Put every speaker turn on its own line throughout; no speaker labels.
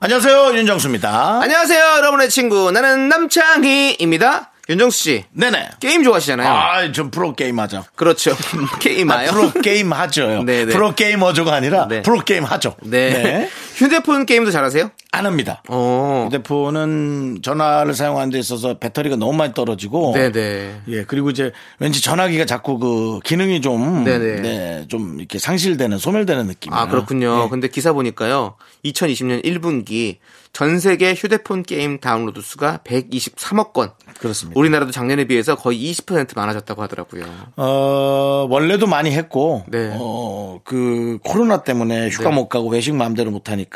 안녕하세요 윤정수입니다.
안녕하세요, 여러분의 친구. 나는 남창희입니다. 윤정수 씨.
네네.
게임 좋아하시잖아요.
아좀 프로 게임 하자.
그렇죠. 어. 게임아요.
프로 게임 하죠요.
네네.
프로 게임 어조가 아니라
네.
프로 게임 하죠.
네. 휴대폰 게임도 잘하세요?
안 합니다.
어.
휴대폰은 전화를 사용하는 데 있어서 배터리가 너무 많이 떨어지고
네네.
예, 그리고 이제 왠지 전화기가 자꾸 그 기능이 좀,
네네.
네, 좀 이렇게 상실되는, 소멸되는 느낌.
아, 그렇군요.
네.
근데 기사 보니까요. 2020년 1분기 전 세계 휴대폰 게임 다운로드 수가 123억 건.
그렇습니다.
우리나라도 작년에 비해서 거의 20% 많아졌다고 하더라고요.
어, 원래도 많이 했고,
네.
어, 그 코로나 때문에 휴가
네.
못 가고 외식 마음대로 못 하니까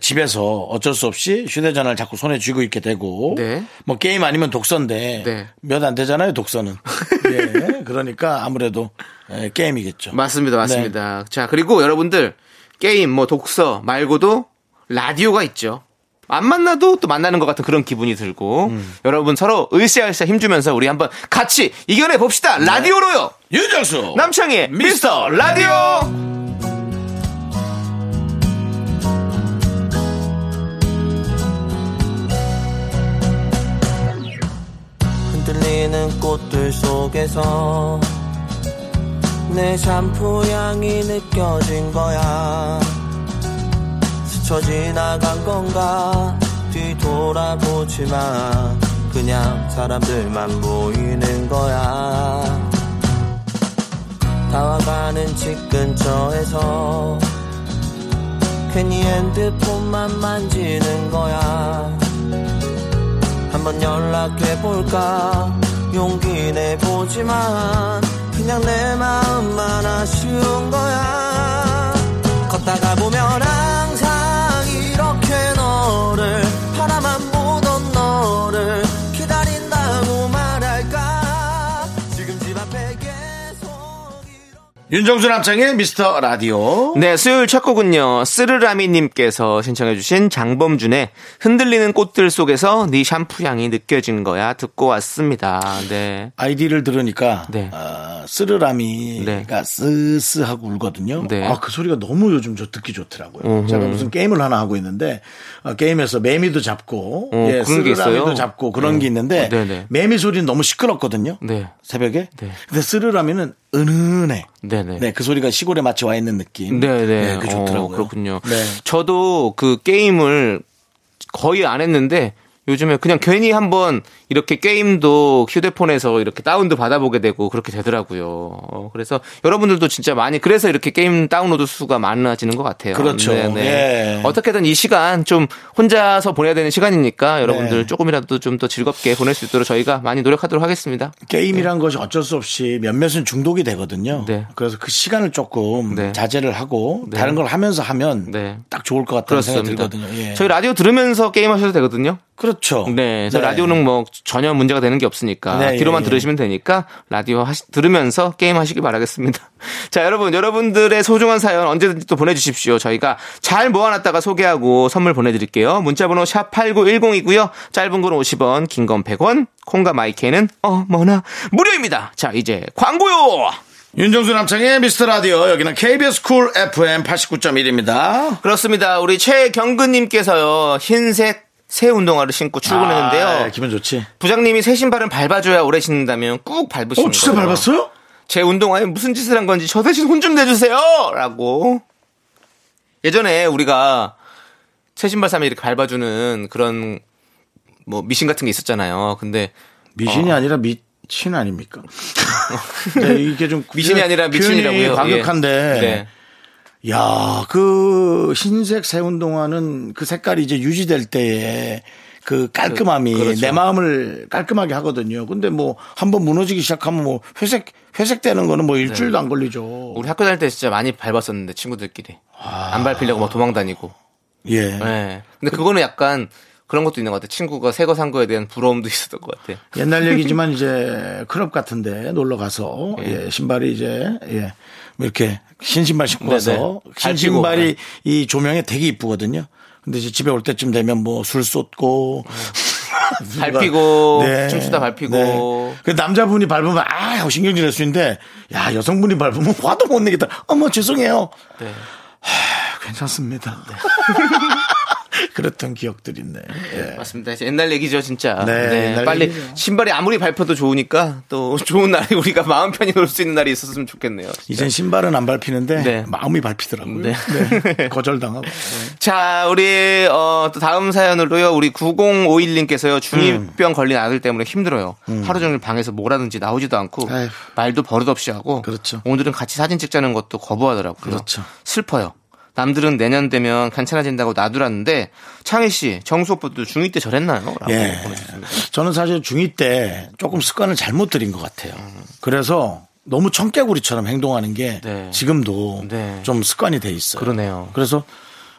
집에서 어쩔 수 없이 휴대전화를 자꾸 손에 쥐고 있게 되고,
네.
뭐 게임 아니면 독서인데,
네.
몇 안 되잖아요, 독서는. 예, 그러니까 아무래도 예, 게임이겠죠.
맞습니다. 맞습니다. 자, 그리고 여러분들 게임 뭐 독서 말고도 라디오가 있죠. 안 만나도 또 만나는 것 같은 그런 기분이 들고 여러분 서로 으쌰으쌰 힘주면서 우리 한번 같이 이겨내 봅시다. 라디오로요.
네. 윤정수!
남창희의 미스터 라디오.
흔들리는 꽃들 속에서 내 샴푸 향이 느껴진 거야 스쳐 지나간 건가 뒤돌아보지 마 그냥 사람들만 보이는 거야 다와가는 집 근처에서 괜히 핸드폰만 만지는 거야 한번 연락해볼까 용기 내보지만 그냥 내 마음만 아쉬운 거야 걷다가 보면 항상 이렇게 너를 바라만 보던 너를 기다린다고 말할까 지금 집 앞에 계속 이렇게
윤정수 남창의 미스터 라디오.
네, 수요일 첫 곡은요. 쓰르라미님께서 신청해주신 장범준의 흔들리는 꽃들 속에서 네 샴푸 향이 느껴진 거야 듣고 왔습니다. 네.
아이디를 들으니까
네.
아, 쓰르라미가 쓰쓰하고 울거든요.
네.
아 그 소리가 너무 요즘 저 듣기 좋더라고요. 제가 무슨 게임을 하나 하고 있는데 어, 게임에서 매미도 잡고
어,
예,
그런 게
쓰르라미도
있어요? 어,
잡고 그런 게 있는데
네네.
매미 소리는 너무 시끄럽거든요.
네.
새벽에.
네.
근데 쓰르라미는 은은해.
네네.
네, 그 소리가 시골에 마치 와 있는 느낌.
네네.
그 좋더라고요.
어, 그렇군요.
네.
저도 그 게임을 거의 안 했는데 요즘에 그냥 괜히 한번 이렇게 게임도 휴대폰에서 이렇게 다운도 받아보게 되고 그렇게 되더라고요. 어, 그래서 여러분들도 진짜 많이 그래서 이렇게 게임 다운로드 수가 많아지는 것 같아요. 네,
그렇죠. 예.
어떻게든 이 시간 좀 혼자서 보내야 되는 시간이니까 여러분들
네.
조금이라도 좀 더 즐겁게 보낼 수 있도록 저희가 많이 노력하도록 하겠습니다.
게임이란 것이 어쩔 수 없이 몇몇은 중독이 되거든요.
네.
그래서 그 시간을 조금
네.
자제를 하고
네.
다른 걸 하면서 하면
네.
딱 좋을 것 같다는
그렇습니다.
생각이 들거든요. 예.
저희 라디오 들으면서 게임 하셔도 되거든요.
그렇죠.
네, 그래서 라디오는 뭐 전혀 문제가 되는 게 없으니까
네,
귀로만
예, 예.
들으시면 되니까 라디오 하시- 들으면서 게임 하시길 바라겠습니다. 자, 여러분 여러분들의 소중한 사연 언제든지 또 보내주십시오. 저희가 잘 모아놨다가 소개하고 선물 보내드릴게요. 문자번호 샵 #8910이고요. 짧은 건 50원, 긴 건 100원, 콩과 마이케는 어머나 무료입니다. 자, 이제 광고요.
윤정수 남창의 미스터 라디오 여기는 KBS 쿨 FM 89.1입니다.
그렇습니다. 우리 최경근님께서요 흰색 새 운동화를 신고 출근했는데요. 어,
아, 기분 좋지.
부장님이 새 신발은 밟아줘야 오래 신는다면 꾹 밟으시는
어, 진짜
거예요.
밟았어요?
제 운동화에 무슨 짓을 한 건지 저 대신 혼 좀 내주세요! 라고. 예전에 우리가 새 신발 사면 이렇게 밟아주는 그런 뭐 미신 같은 게 있었잖아요. 근데
미신이
어.
아니라 미친 아닙니까? 네, 이게 좀
미신이 아니라 미친이라고요.
표현이 과격한데.
예. 네.
야, 그 흰색 새 운동화는 그 색깔이 이제 유지될 때에 그 깔끔함이
그- 그렇죠.
내 마음을 깔끔하게 하거든요. 근데 뭐 한번 무너지기 시작하면 뭐 회색 회색 되는 거는 뭐 일주일도
네.
안 걸리죠. 아.
우리 학교 다닐 때 진짜 많이 밟았었는데 친구들끼리. 안 밟히려고 막 도망다니고.
예.
네. 근데 그거는 약간 그런 것도 있는 것 같아요. 친구가 새 거 산 거에 대한 부러움도 있었던 것 같아요.
옛날 얘기지만 이제 클럽 같은데 놀러 가서 예, 신발이 이제 예, 뭐 이렇게 신 신발 신고 가서
네네.
신
잘 끼고,
신발이 이 조명에 되게 이쁘거든요. 근데 이제 집에 올 때쯤 되면 뭐 술 쏟고
발
누가-
삐고, 춤추다 발 삐고.
그 남자분이 밟으면 아 하고 신경질 낼수 있는데 야 여성분이 밟으면 화도 못 내겠다. 어머 죄송해요.
네.
아, 괜찮습니다. 그랬던 기억들이 있네. 예.
맞습니다. 이제 옛날 얘기죠, 진짜.
네, 옛날
빨리
얘기죠.
신발이 아무리 밟혀도 좋으니까 또 좋은 날에 우리가 마음 편히 놀 수 있는 날이 있었으면 좋겠네요.
이젠 신발은 안 밟히는데
네.
마음이 밟히더라고요.
네.
네. 거절당하고.
자, 우리 어, 또 다음 사연으로요. 우리 9051님께서요.
음.
중이병 걸린 아들 때문에 힘들어요. 하루 종일 방에서 뭐라든지 나오지도 않고
아휴.
말도 버릇없이 하고
그렇죠.
오늘은 같이 사진 찍자는 것도 거부하더라고요.
그렇죠.
슬퍼요. 남들은 내년 되면 괜찮아진다고 놔두라는데 창희 씨, 정수 오빠도 중2 때 저랬나요? 라고
예.
보내주셨습니다.
저는 사실 중2 때 조금 습관을 잘못 들인 것 같아요. 그래서 너무 청개구리처럼 행동하는 게
네.
지금도
네.
좀 습관이 돼 있어요.
그러네요.
그래서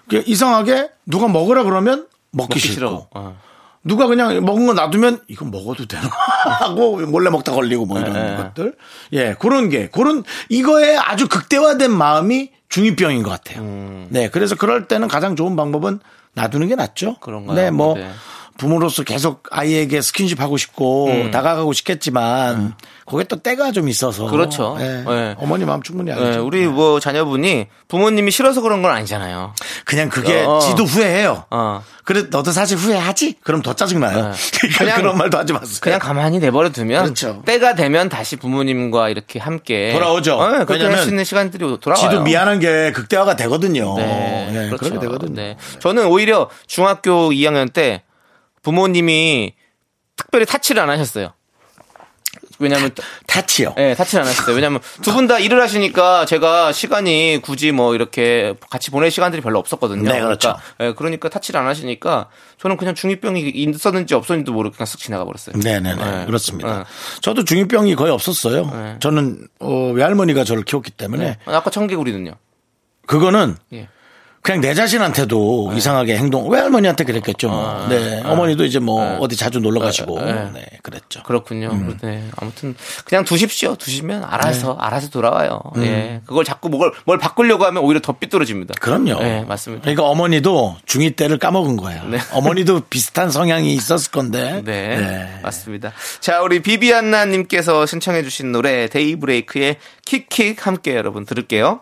그 이상하게 누가 먹으라 그러면 먹기,
먹기
싫고
싫어. 어.
누가 그냥 먹은 거 놔두면 이건 먹어도 되나 하고 몰래 먹다 걸리고 뭐 이런
네.
것들 예 그런 게 그런 이거에 아주 극대화된 마음이 중이병인 것 같아요.
음.
네 그래서 그럴 때는 가장 좋은 방법은 놔두는 게 낫죠.
그런가요?
네 뭐
네.
부모로서 계속 아이에게 스킨십 하고 싶고
음.
다가가고 싶겠지만 그게 또 때가 좀 있어서
그렇죠.
예,
네.
어머니 마음 충분히 알죠. 네.
예, 우리 뭐 자녀분이 부모님이 싫어서 그런 건 아니잖아요.
그냥 그게
어.
지도 후회해요.
어. 예.
그래 너도 사실 후회하지? 그럼 더 짜증 나요. 그냥
그냥-
그런 말도 하지 마세요.
그냥 가만히 내버려 두면
네. 그렇죠.
때가 되면 다시 부모님과 이렇게 함께
돌아오죠.
어, 그렇게
왜냐면
할 수 있는 시간들이 돌아와요.
지도 미안한 게 극대화가 되거든요.
네,
예,
그렇죠.
그렇게 되거든요.
네. 저는 오히려 중학교 2학년 때 부모님이 특별히 타치를 안 하셨어요. 왜냐면
타치요.
예, 사치는 안 했어요. 왜냐면 두 분 다 일을 하시니까 제가 시간이 굳이 뭐 이렇게 같이 보낼 시간들이 별로 없었거든요.
네, 그렇죠.
그러니까, 예, 그러니까 타치를 안 하시니까 저는 그냥 중이병이 있었는지 없었는지도 모르고 그냥 쓱 지나가 버렸어요.
네네네.
네.
그렇습니다.
네.
저도 중이병이 거의 없었어요.
네.
저는 어, 외할머니가 저를 키웠기 때문에
아까 청개구리는요.
그거는
예.
그냥 내 자신한테도
네.
이상하게 행동. 외할머니한테 그랬겠죠. 뭐.
아,
네. 어머니도 이제 뭐 어디 자주 놀러 가시고
네.
네, 그랬죠.
그렇군요.
음.
네. 아무튼 그냥 두십시오. 두시면 알아서
네.
알아서 돌아와요.
음.
예. 그걸 자꾸 뭘, 뭘 바꾸려고 하면 오히려 더 삐뚤어집니다.
그럼요.
예, 맞습니다.
그러니까 어머니도 중2 때를 까먹은 거예요.
네.
어머니도 비슷한 성향이 있었을 건데.
네,
네.
맞습니다. 자, 우리 비비안나님께서 신청해주신 노래 데이브레이크의 킥킥 함께 여러분 들을게요.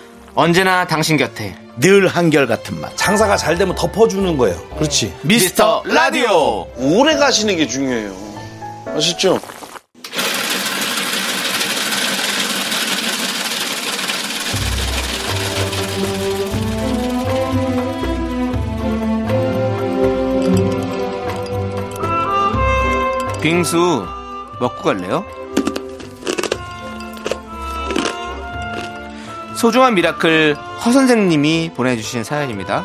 언제나 당신 곁에
늘 한결같은 맛.
장사가 잘 되면 덮어주는 거예요. 그렇지.
미스터 라디오.
오래 가시는 게 중요해요. 아셨죠?
빙수 먹고 갈래요? 소중한 미라클 허 선생님이 보내주신 사연입니다.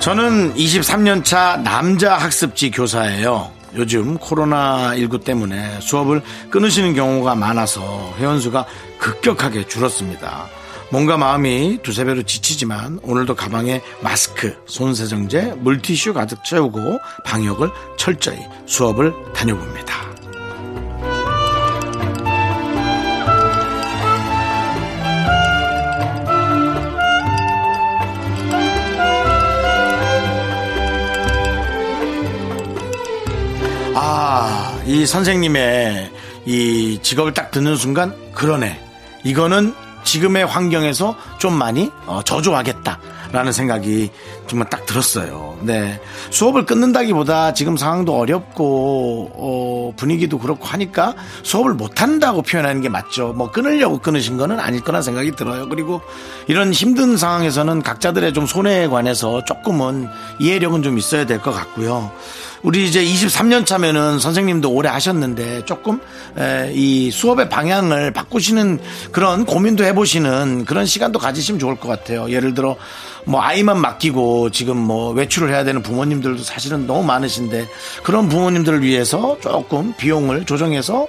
저는 23년 차 남자 학습지 교사예요. 요즘 코로나19 때문에 수업을 끊으시는 경우가 많아서 회원수가 급격하게 줄었습니다. 뭔가 마음이 두세 배로 지치지만 오늘도 가방에 마스크, 손세정제, 물티슈 가득 채우고 방역을 철저히 수업을 다녀봅니다. 아, 이 선생님의 이 직업을 딱 듣는 순간 그러네. 이거는 지금의 환경에서 좀 많이 어, 저조하겠다. 라는 생각이 정말 딱 들었어요. 네. 수업을 끊는다기보다 지금 상황도 어렵고, 어, 분위기도 그렇고 하니까 수업을 못한다고 표현하는 게 맞죠. 뭐 끊으려고 끊으신 거는 아닐 거란 생각이 들어요. 그리고 이런 힘든 상황에서는 각자들의 좀 손해에 관해서 조금은 이해력은 좀 있어야 될 것 같고요. 우리 이제 23년 차면은 선생님도 오래 하셨는데 조금 에, 이 수업의 방향을 바꾸시는 그런 고민도 해보시는 그런 시간도 가지시면 좋을 것 같아요. 예를 들어 뭐 아이만 맡기고 지금 뭐 외출을 해야 되는 부모님들도 사실은 너무 많으신데 그런 부모님들을 위해서 조금 비용을 조정해서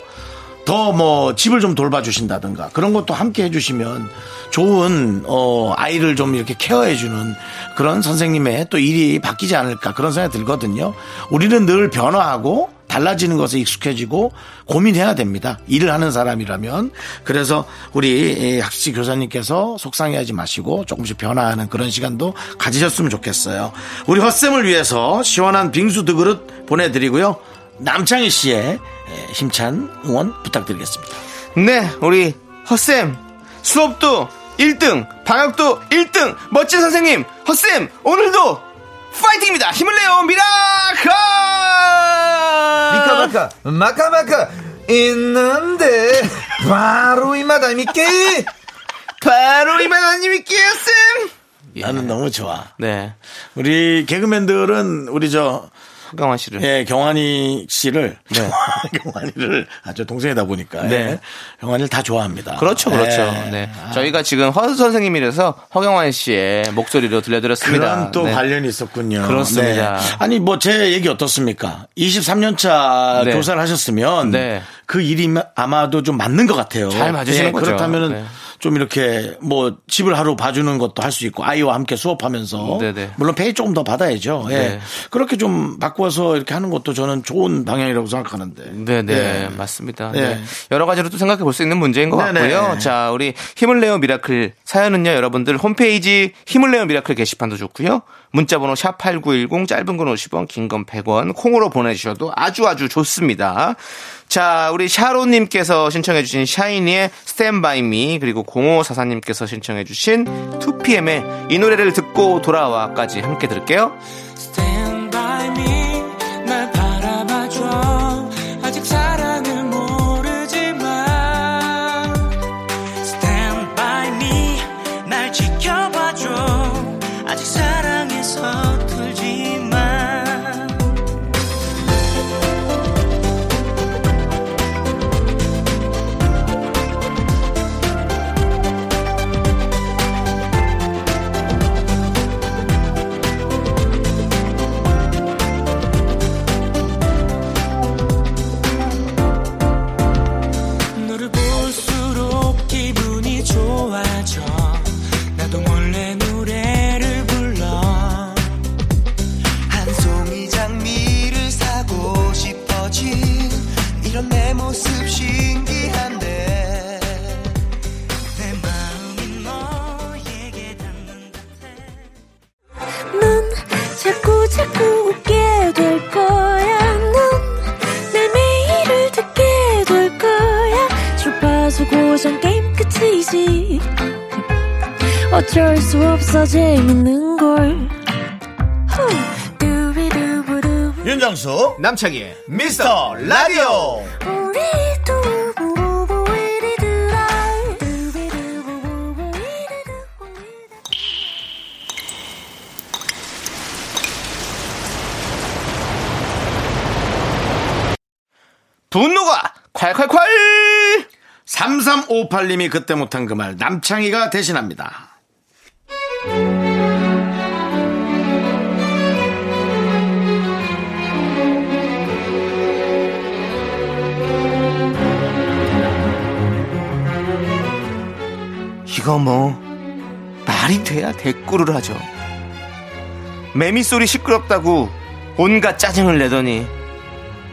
더 뭐 집을 좀 돌봐주신다든가 그런 것도 함께 해주시면 좋은 어 아이를 좀 이렇게 케어해주는 그런 선생님의 또 일이 바뀌지 않을까 그런 생각이 들거든요. 우리는 늘 변화하고 달라지는 것에 익숙해지고 고민해야 됩니다. 일을 하는 사람이라면 그래서 우리 이 학습지 교사님께서 속상해하지 마시고 조금씩 변화하는 그런 시간도 가지셨으면 좋겠어요. 우리 헛쌤을 위해서 시원한 빙수 두 그릇 보내드리고요. 남창희 씨의 힘찬 응원 부탁드리겠습니다.
네, 우리 헛쌤 수업도 1등, 방학도 1등, 멋진 선생님 헛쌤 오늘도 파이팅입니다. 힘을 내요, 미라카.
미카마카 마카마카 있는데 바로 이마다 미끼
바로 이만한님이 끼었음.
나는 너무 좋아.
네,
우리 개그맨들은 우리 저
허경환 씨를.
예, 경환이 씨를 경환이를 아저 동생이다 보니까 예,
네.
경환이를 다 좋아합니다.
그렇죠, 그렇죠.
예.
네, 저희가 지금 허 선생님이라서 허경환 씨의 목소리로 들려드렸습니다.
그런 또
네.
관련이 있었군요.
그렇습니다.
네. 아니 뭐 제 얘기 어떻습니까? 23년 차
네.
교사를 하셨으면
네.
그 일이 마- 아마도 좀 맞는 것 같아요. 예,
잘 맞으시는 거죠.
그렇다면은
네.
좀 이렇게 뭐 집을 하루 봐주는 것도 할 수 있고 아이와 함께 수업하면서
네네.
물론 페이 조금 더 받아야죠. 예.
네.
그렇게 좀 바꿔서 이렇게 하는 것도 저는 좋은 방향이라고 생각하는데.
네, 네,
예.
맞습니다.
네.
네. 여러 가지로 또 생각해 볼 수 있는 문제인 것
네네. 예.
같고요. 자, 우리 힘을 내요 미라클 사연은요, 여러분들 홈페이지 힘을 내요 미라클 게시판도 좋고요. 문자번호 샵8910 짧은 건 50원, 긴 건 100원, 콩으로 보내주셔도 아주 아주 좋습니다. 자, 우리 샤로님께서 신청해주신 샤이니의 스탠바이미 그리고 0544님께서 신청해주신 2PM의 이 노래를 듣고 돌아와까지 함께 들을게요.
Stand by me 날 바라봐줘 아직 사랑을 모르지만 Stand by me 날 지켜봐줘 아직 사랑에 서툴지만 너를 볼수록 기분이 좋아져 나도 몰래 노래를 불러 한 송이 장미를 사고 싶어진 이런 내 모습 신기한데 내 마음이 너에게 닿는
넌 자꾸 자꾸 웃게 될 거야. 넌내 매일을 듣게 될 거야. 주파수 고정 게임 끝이지. 어쩔 수 없어 재밌는 걸. 후. 두비두부두.
윤정수
남창희의
미스터 라디오.
우리 두부부부 우리 두라. 두비두부부부 우리 두부 우리 두라.
분노가 콸콸콸!
3358님이 그때 못한 그 말 남창희가 대신합니다.
이거 뭐 말이 돼야 대꾸를 하죠. 매미 소리 시끄럽다고 온갖 짜증을 내더니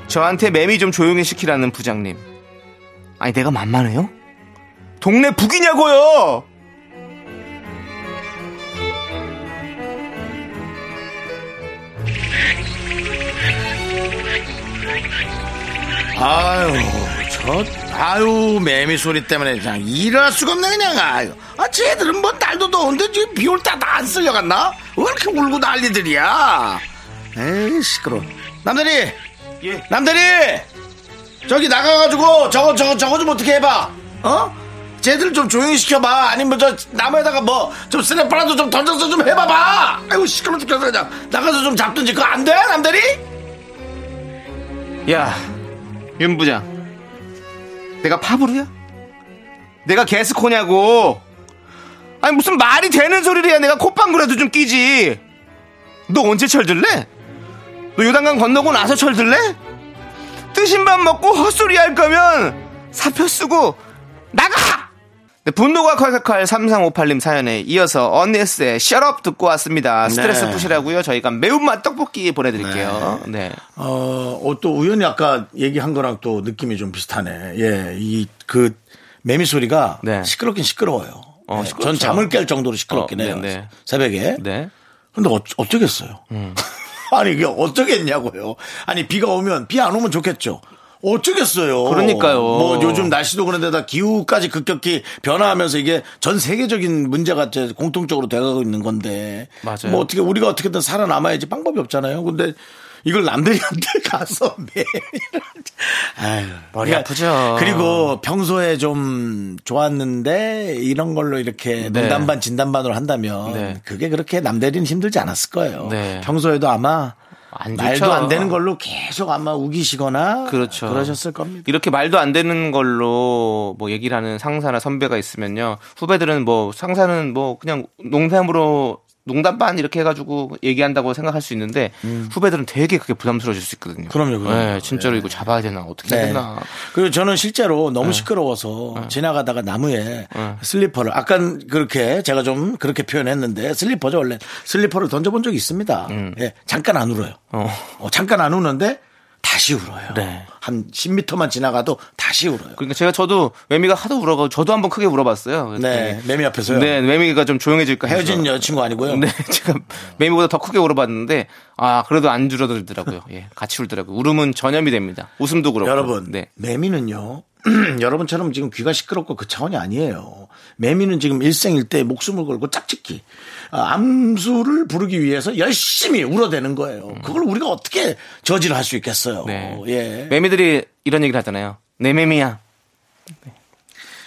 저한테 매미 좀 조용히 시키라는 부장님. 아니 내가 만만해요? 동네 북이냐고요.
아유, 저, 아유, 매미 소리 때문에 그냥 일할 수가 없네, 그냥. 아유. 아, 쟤들은 뭐 날도 더운데 지금 비올 때 다 안 쓸려갔나? 왜 이렇게 울고 난리들이야? 에이, 시끄러. 남들이!
예.
남들이! 저기 나가가지고 저거, 저거, 저거 좀 어떻게 해봐. 어? 쟤들 좀 조용히 시켜봐. 아니면 저 나무에다가 뭐 좀 스냅바라도 좀 던져서 좀 해봐봐. 아이고, 시끄러 죽겠어, 그냥. 나가서 좀 잡든지. 그거 안 돼, 남들이?
야, 윤 부장. 내가 파브로야? 내가 게스코냐고. 아니 무슨 말이 되는 소리를 해야 내가 콧방구라도 좀 끼지. 너 언제 철들래? 너 요단강 건너고 나서 철들래? 뜨신 밥 먹고 헛소리 할 거면 사표 쓰고 나가! 네, 분노가 칼칼칼 3358님 사연에 이어서 언니스의 셔럽 듣고 왔습니다. 스트레스
네.
푸시라고요. 저희가 매운맛 떡볶이 보내드릴게요. 네.
어, 어, 또 우연히 아까 얘기한 거랑 또 느낌이 좀 비슷하네. 예, 이 그 매미 소리가
네.
시끄럽긴 시끄러워요.
어,
예,
시끄럽죠.
전 잠을 깰 정도로 시끄럽긴
어, 네,
해요.
네.
새벽에.
네.
근데 어, 어쩌겠어요.
음.
아니, 이게 어쩌겠냐고요. 아니, 비가 오면, 비 안 오면 좋겠죠. 어쩌겠어요.
그러니까요.
뭐 요즘 날씨도 그런데다 기후까지 급격히 변화하면서 이게 전 세계적인 문제가 이제 공통적으로 돼가고 있는 건데.
맞아요.
뭐 어떻게 우리가 어떻게든 살아남아야지 방법이 없잖아요. 근데 이걸 남들한테 가서 매일. 아유,
머리
그러니까
아프죠.
그리고 평소에 좀 좋았는데 이런 걸로 이렇게
네.
농담반 진담반으로 한다면
네.
그게 그렇게 남대리는 힘들지 않았을 거예요.
네.
평소에도 아마
안 좋죠.
말도 안 되는 걸로 계속 아마 우기시거나
그렇죠.
러셨을 겁니다.
이렇게 말도 안 되는 걸로 뭐 얘기를 하는 상사나 선배가 있으면요. 후배들은 뭐 상사는 뭐 그냥 농담으로 농담 반 이렇게 해가지고 얘기한다고 생각할 수 있는데 후배들은 되게 그게 부담스러워질 수 있거든요.
음. 그럼요, 그럼요.
네, 진짜로 이거 잡아야 되나 어떻게 해야
네.
되나. 네.
그리고 저는 실제로 너무 시끄러워서 지나가다가 나무에 슬리퍼를 아까 그렇게 제가 좀 그렇게 표현했는데 슬리퍼죠 원래 슬리퍼를 던져본 적이 있습니다. 예, 잠깐 안 울어요.
음. 어.
어, 잠깐 안 우는데 다시 울어요.
네.
한 10m만 지나가도 다시 울어요.
그러니까 제가 저도 매미가 하도 울어가지고 저도 한번 크게 울어봤어요.
네, 매미 앞에서요.
네, 매미가 좀 조용해질까 해서.
헤어진 여자친구 아니고요.
네, 제가 매미보다 더 크게 울어봤는데 아 그래도 안 줄어들더라고요. 예, 같이 울더라고요. 울음은 전염이 됩니다. 웃음도 그렇고.
여러분,
네.
매미는요. 여러분처럼 지금 귀가 시끄럽고 그 차원이 아니에요. 매미는 지금 일생일대 목숨을 걸고 짝짓기 아, 암수를 부르기 위해서 열심히 울어대는 거예요. 그걸 우리가 어떻게 저지를 할 수 있겠어요.
음. 네.
예.
매미들이 이런 얘기를 하잖아요. 내 매미야. 네.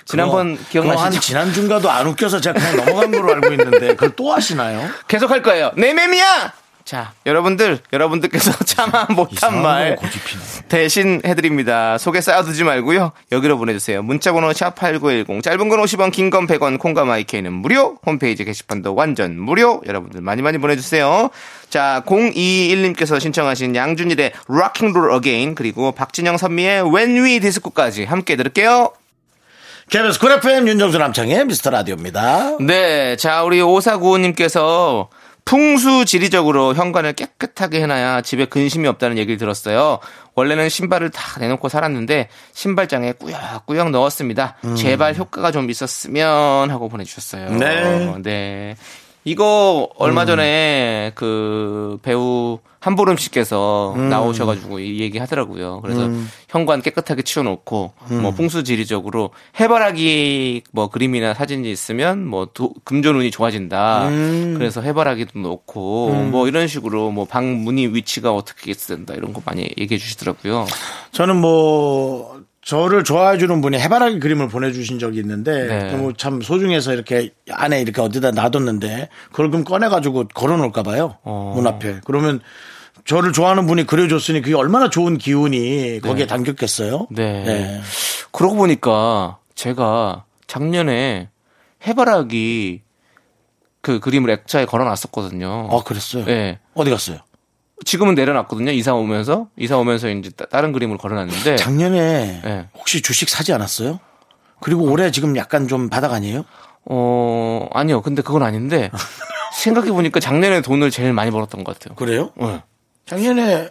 지난번
그거- 그거 한
기억나시죠?
지난 중가도 안 웃겨서 제가 그냥 넘어간 걸로 알고 있는데 그걸 또 하시나요?
계속 할 거예요. 내 매미야. 자, 여러분들, 여러분들께서 참아 못한
이상한
말
거 고집피네.
대신 해드립니다. 속에 쌓아두지 말고요. 여기로 보내주세요. 문자번호 샵8910 짧은 건 50원, 긴 건 100원, 콩과 마이케이는 무료. 홈페이지 게시판도 완전 무료. 여러분들 많이 많이 보내주세요. 자, 021님께서 신청하신 양준일의 락킹롤 어게인 그리고 박진영 선미의 When We 디스코까지 함께 들을게요.
KBS 쿨 FM 윤정수 남창의 미스터 라디오입니다.
네, 자 우리 오사구호님께서 풍수 지리적으로 현관을 깨끗하게 해놔야 집에 근심이 없다는 얘기를 들었어요. 원래는 신발을 다 내놓고 살았는데 신발장에 꾸역꾸역 넣었습니다. 제발 효과가 좀 있었으면 하고 보내주셨어요.
네.
네. 이거 얼마 전에 그 배우 한보름 씨께서 나오셔가지고 이 얘기 하더라고요. 그래서 현관 깨끗하게 치워놓고 뭐 풍수지리적으로 해바라기 뭐 그림이나 사진이 있으면 뭐 도- 금전운이 좋아진다. 그래서 해바라기도 놓고 뭐 이런 식으로 뭐 방 문이 위치가 어떻게 있어야 된다 이런 거 많이 얘기해 주시더라고요.
저는 뭐 저를 좋아해 주는 분이 해바라기 그림을 보내주신 적이 있는데
네.
너무 참 소중해서 이렇게 안에 이렇게 어디다 놔뒀는데 그걸 그럼 꺼내가지고 걸어놓을까 봐요
어.
문 앞에 그러면 저를 좋아하는 분이 그려줬으니 그게 얼마나 좋은 기운이 거기에 담겼겠어요
네. 그러고 보니까 제가 작년에 해바라기 그 그림을 액자에 걸어놨었거든요.
아 그랬어요
예.
어디 갔어요
지금은 내려놨거든요. 이사 오면서 이사 오면서 이제 따- 다른 그림을 걸어놨는데
작년에
네.
혹시 주식 사지 않았어요 그리고 올해 지금 약간 좀 바닥 아니에요
어 아니요. 근데 그건 아닌데 생각해 보니까 작년에 돈을 제일 많이 벌었던 것 같아요.
그래요
예.
작년에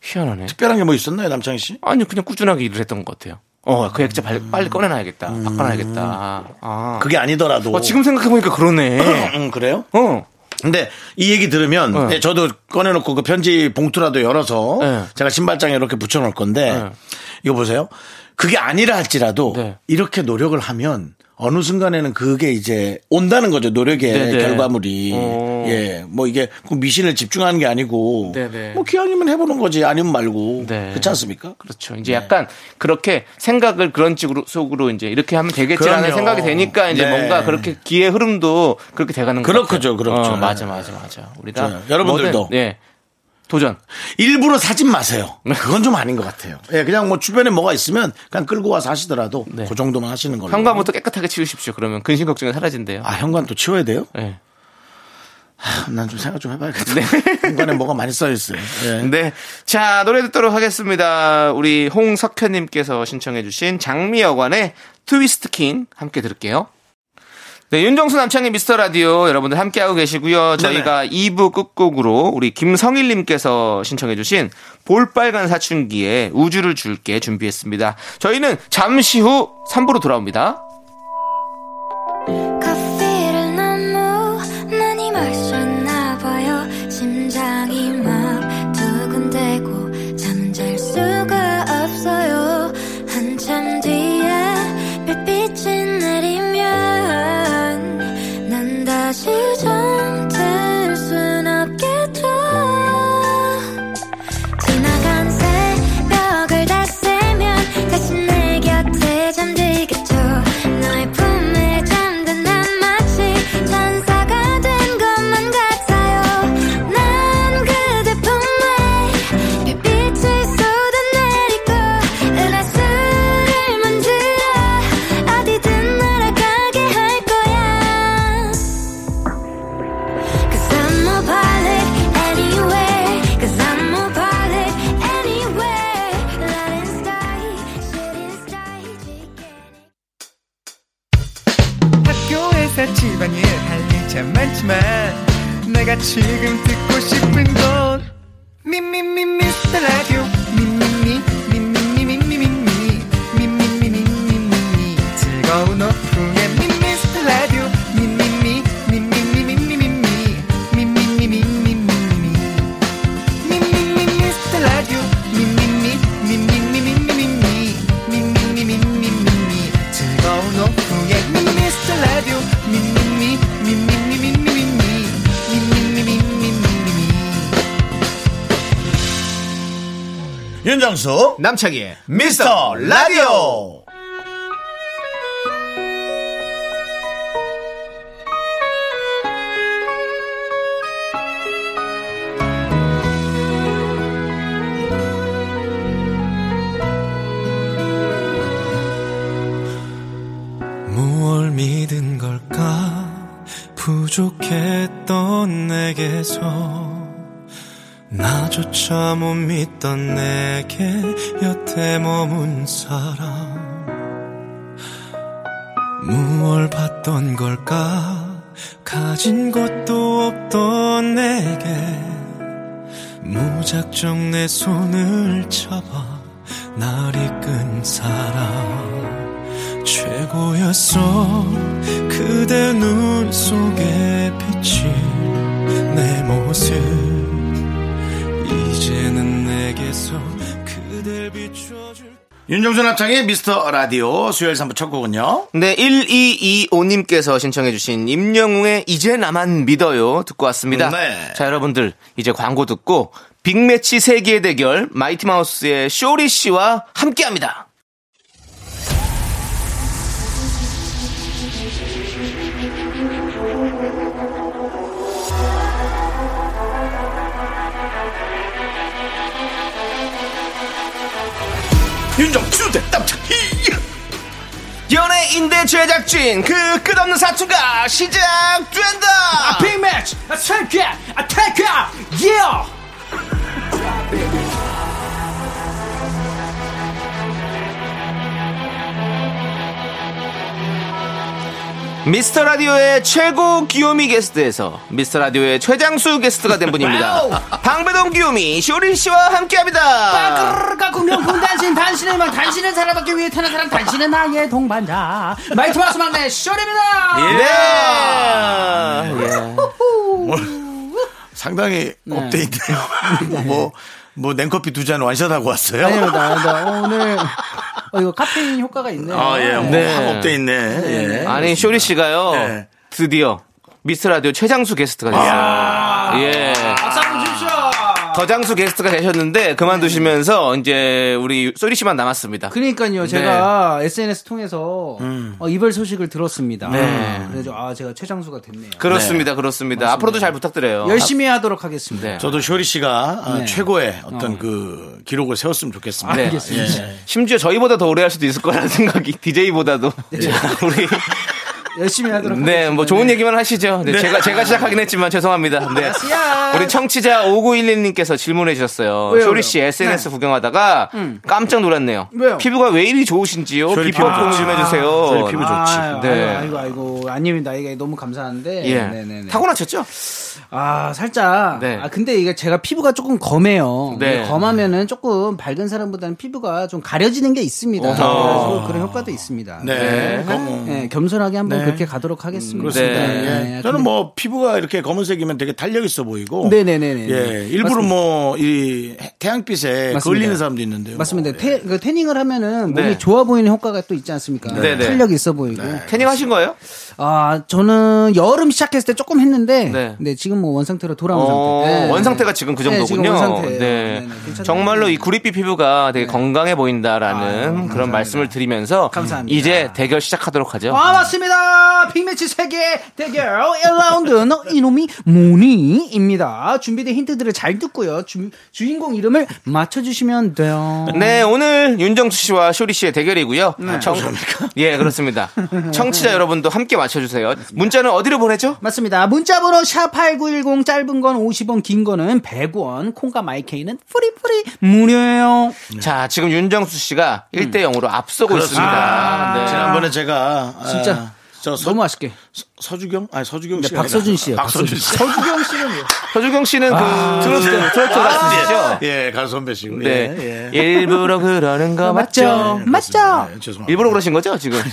희한하네.
특별한 게 뭐 있었나요 남창희 씨
아니 그냥 꾸준하게 일을 했던 것 같아요. 어그 액자 빨리, 빨리 꺼내놔야겠다. 바꿔놔야겠다. 아
음. 그게 아니더라도
어, 지금 생각해 보니까 그러네.
음, 그래요
어
근데 이 얘기 들으면
네.
네, 저도 꺼내놓고 그 편지 봉투라도 열어서
네.
제가 신발장에 이렇게 붙여놓을 건데 이거 보세요. 그게 아니라 할지라도
네.
이렇게 노력을 하면 어느 순간에는 그게 이제 온다는 거죠. 노력의
네네.
결과물이.
어.
예. 뭐 이게 꼭 미신을 집중하는 게 아니고
네네.
뭐 기왕이면 해보는 거지 아니면 말고
네.
그렇지 않습니까?
그렇죠.
네.
이제 약간 그렇게 생각을 그런 식으로 속으로 이제 이렇게 하면 되겠지라는
그럼요.
생각이 되니까 이제
네.
뭔가 그렇게 기의 흐름도 그렇게 돼가는 거
그렇죠, 그렇죠.
어, 맞아, 맞아, 맞아. 우리가
좋아요. 여러분들도.
뭐든, 예. 도전.
일부러 사진 마세요. 그건 좀 아닌 것 같아요. 예, 그냥 뭐 주변에 뭐가 있으면 그냥 끌고 와서 하시더라도
네.
그 정도만 하시는 걸로.
현관부터 뭐- 깨끗하게 치우십시오. 그러면 근심 걱정이 사라진대요.
아, 네. 현관 또 치워야 돼요?
예.
난 좀 생각 좀 해봐야겠다. 현관에 뭐가 많이 쌓여있어요. 예.
네. 자, 노래 듣도록 하겠습니다. 우리 홍석현님께서 신청해주신 장미여관의 트위스트 킹 함께 들을게요. 네, 윤정수 남창의 미스터 라디오 여러분들 함께하고 계시고요.
네,
저희가 2부 끝곡으로 우리 김성일님께서 신청해주신 볼빨간 사춘기에 우주를 줄게 준비했습니다. 저희는 잠시 후 3부로 돌아옵니다.
커피를 너무 많이 마셨나 봐요 심장이 막 두근대고 잠잘 수가 없어요 한참 뒤에 별빛이 내리면 난 다시 잠들 순 없겠죠 지나간 새벽을 다 새면 다시 내 곁에 잠들겠죠 너의 품에 잠든 난 마치 천사가 된 것만 같아요 난 그대 품에 별빛을 쏟아내리고 은하수를 만들어 어디든 날아가게 할 거야 Cause I'm a pilot anywhere. Cause I'm a pilot anywhere. Lion sky, shooting sky, chicken.
학교에서 집안일 할 일 참 많지만 내가 지금 듣고 싶은 건 미미미 미스터 라디오 미미미 미미미 미미미 미미미 미미미 즐거운 오후에 미스터 라디오 미미미 미미미 미미미 미미미 미미미 미미미 미스터 라디오 미미미 미미미 미미미 미미미 미미미 즐거운 오후에 미스터 라디오 미미미 미미미 미미미 미미미 미미미
윤정수,
남창희의
미스터 라디오!
무얼 믿은 걸까 부족했던 내게서 나조차 못 믿던 내게 여태 머문 사람 무얼 봤던 걸까 가진 것도 없던 내게 무작정 내 손을 잡아 날 이끈 사람 최고였어 그대 눈 속에 비친 내 모습 이제는 내게서 그댈 비춰줄
윤정수 남창의 미스터 라디오 수요일 3부 첫 곡은요.
네, 1225님께서 신청해주신 임영웅의 이제 나만 믿어요 듣고 왔습니다.
네.
자, 여러분들, 이제 광고 듣고 빅매치 세계의 대결 마이티마우스의 쇼리 씨와 함께 합니다.
윤정수 대 남창희!
연예인대 제작진, 그 끝없는 사투가 시작된다!
빅매치 아테카 아테카 예
미스터 라디오의 최고 귀요미 게스트에서 미스터 라디오의 최장수 게스트가 된 분입니다. 방배동 귀요미 쇼리 씨와 함께 합니다.
까꿍용 군단신 단신의 막 단신은 살아받기 위해 태어난 사람 단신은 나의 동반자 마이트마스 막내 쇼리입니다
네. 예.
상당히 업데이트네요. 뭐, 뭐 냉커피 두 잔 완샷하고 왔어요?
아닙니다, 아닙니다. 어, 오늘 어, 이거 카페인 효과가 있네요.
아, 예. 뭐
네.
학업돼 있네. 예.
아니 쇼리 씨가요
네.
드디어 미스 라디오 최장수 게스트가 됐어요. 예.
박수 한번 주십시오.
더장수 게스트가 되셨는데 그만두시면서 이제 우리 쇼리 씨만 남았습니다. 네.
그러니까요, 제가 SNS 통해서 어, 이별 소식을 들었습니다.
음. 네.
그래서 아 제가 최장수가 됐네요.
그렇습니다, 그렇습니다. 앞으로도 잘 부탁드려요.
열심히 하도록 하겠습니다.
네.
저도 쇼리 씨가 어, 최고의 어떤 그 기록을 세웠으면 좋겠습니다.
네.
알겠습니다.
예.
심지어 저희보다 더 오래 할 수도 있을 거라는 생각이 DJ보다도 우리
열심히 하도록
네, 뭐 좋은 얘기만 하시죠. 네, 제가 제가 시작하긴 했지만 죄송합니다. 네. 우리 청취자 5911님께서 질문해 주셨어요.
왜요,
쇼리 씨
왜요?
SNS 구경하다가 깜짝 놀랐네요.
왜요?
피부가 왜 이리 좋으신지요?
쇼리
비법
피부
공유
좋지.
좀
쇼리
해주세요.
피부 좋지.
아,
네.
아이고, 아이고, 아이고. 아닙니다. 이게 너무 감사한데.
예.
네네네.
타고나셨죠?
아, 살짝.
네.
아, 근데 이게 제가 피부가 조금 검해요.
네.
검하면은 조금 밝은 사람보다는 피부가 좀 가려지는 게 있습니다. 그래서 그런 효과도 있습니다.
네.
어?
그거 뭐.
네, 겸손하게 한번 그렇게 가도록 하겠습니다. 아,
그렇습니다.
네.
예. 저는 뭐 피부가 이렇게 검은색이면 되게 탄력 있어 보이고.
네네네네.
예. 일부러 뭐 이 태양빛에
맞습니다.
걸리는 사람도 있는데요.
맞습니다.
뭐.
태, 그 태닝을 하면은 몸이
네.
좋아 보이는 효과가 또 있지 않습니까?
네, 네.
탄력 있어 보이고.
태닝 하신 거예요?
아, 저는 여름 시작했을 때 조금 했는데,
네.
네, 지금 뭐 원상태로 돌아온
어,
상태. 네.
원상태가 지금 그
네,
정도군요.
지금 원상태예요.
네.
네네, 괜찮아요. 네.
정말로 이 구릿빛 피부가 되게 건강해 보인다라는
아유,
그런
감사합니다.
말씀을 드리면서
감사합니다.
이제 대결 시작하도록 하죠.
아, 맞습니다. 빅매치 세계 대결 1라운드 너 이놈이 뭐니입니다. 준비된 힌트들을 잘 듣고요. 주, 주인공 이름을 맞춰주시면 돼요.
네, 오늘 윤정수 씨와 쇼리 씨의 대결이고요.
네,
청... 예, 그렇습니다. 청취자 여러분도 함께 맞춰주세요. 문자는 어디로 보내죠?
맞습니다. 문자번호 샵8910 짧은 건 50원, 긴 거는 100원, 콩과 마이케이는 프리프리 무료예요.
자, 지금 윤정수 씨가 1대 0으로 앞서고 있습니다. 네.
지난번에 제가 아,
진짜
저 서,
너무 아쉽게. 네,
주경 아니 서주경 씨.
박서준 씨요.
박서준 씨.
서주경 씨는 요
서주경 씨는 그 트로트 트로트 가수시죠?
예, 가수 선배시고.
네.
예, 예.
일부러 그러는 거 아, 맞죠?
어, 맞죠?
예, 죄송합니다.
일부러 그러신 거죠, 지금?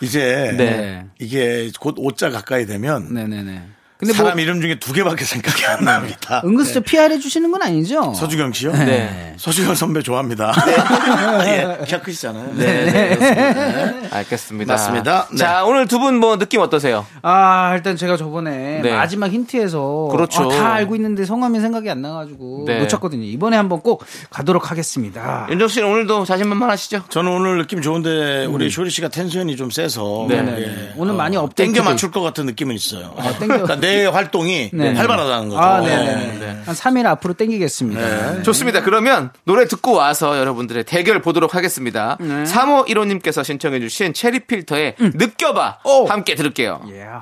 이제
네.
이게 곧 5자 가까이 되면
네네네. 근데 뭐 네.
사람 이름 중에 두 개밖에 생각이 안 납니다.
은근슬쩍 PR 해주시는 건 아니죠?
서주경 씨요?
네.
서주경 선배 좋아합니다. 예, 키가 크시잖아요.
네, 네, 그렇습니다. 알겠습니다.
맞습니다. 네.
자, 오늘 두 분 뭐 느낌 어떠세요?
아 일단 제가 저번에
네.
마지막 힌트에서
그렇죠.
아, 다 알고 있는데 성함이 생각이 안 나가지고
네.
놓쳤거든요. 이번에 한번 꼭 가도록 하겠습니다.
윤정 씨는 오늘도 자신만만하시죠? 음.
저는 오늘 느낌 좋은데 우리 쇼리 씨가 텐션이 좀 세서
네.
예.
네. 오늘 많이 업데이트.
땡겨 맞출 것 같은 느낌은 있어요.
땡겨.
그러니까 내 활동이
네.
활발하다는 거죠.
아,
예.
네네네. 한 3일 앞으로 땡기겠습니다.
좋습니다. 그러면 노래 듣고 와서 여러분들의 대결 보도록 하겠습니다. 3호 1호님께서 신청해주신 체리 필터의 느껴봐 함께 들을게요.
Yeah.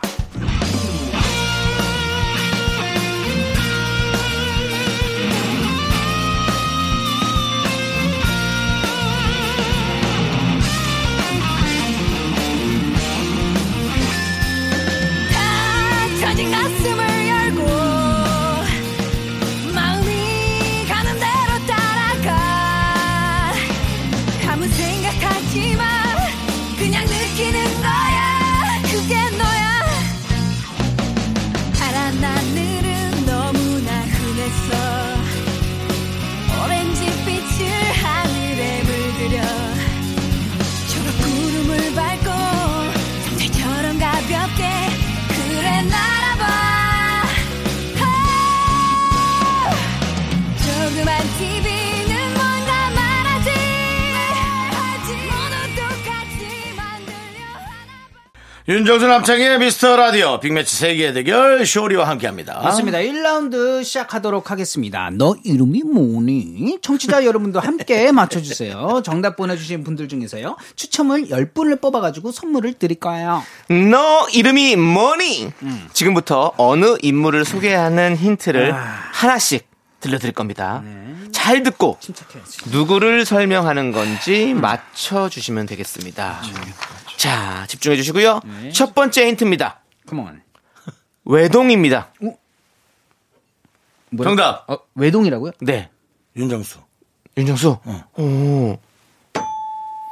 다 터진 가슴을 열고 마음이 가는 대로 따라가 아무 생각하지 마 그냥 느끼는 거야 그게 너야 파란 하늘은 너무나 흔했어 오렌지빛을 하늘에 물들여 초록 구름을 밟고 상대처럼 가볍게 그래 날아봐 아, 조그만 TV는 뭔가 말하지 모두 똑같이 만들려 하나
윤정수 남창의 미스터 라디오 빅매치 세계 대결 쇼리와 함께합니다.
맞습니다. 1라운드 시작하도록 하겠습니다. 너 이름이 뭐니? 청취자 여러분도 함께 맞춰주세요. 정답 보내주신 분들 중에서요. 추첨을 10분을 뽑아가지고 선물을 드릴 거예요.
너 이름이 뭐니? 지금부터 어느 인물을 소개하는 힌트를
아.
하나씩 들려드릴 겁니다. 잘 듣고
네. 침착해야지.
누구를 설명하는 건지 맞춰주시면 되겠습니다. 자, 집중해 주시고요.
네.
첫 번째 힌트입니다.
컴온.
외동입니다.
어? 뭐라-
정답.
어, 외동이라고요?
네.
어.
윤정수.
윤정수. 오.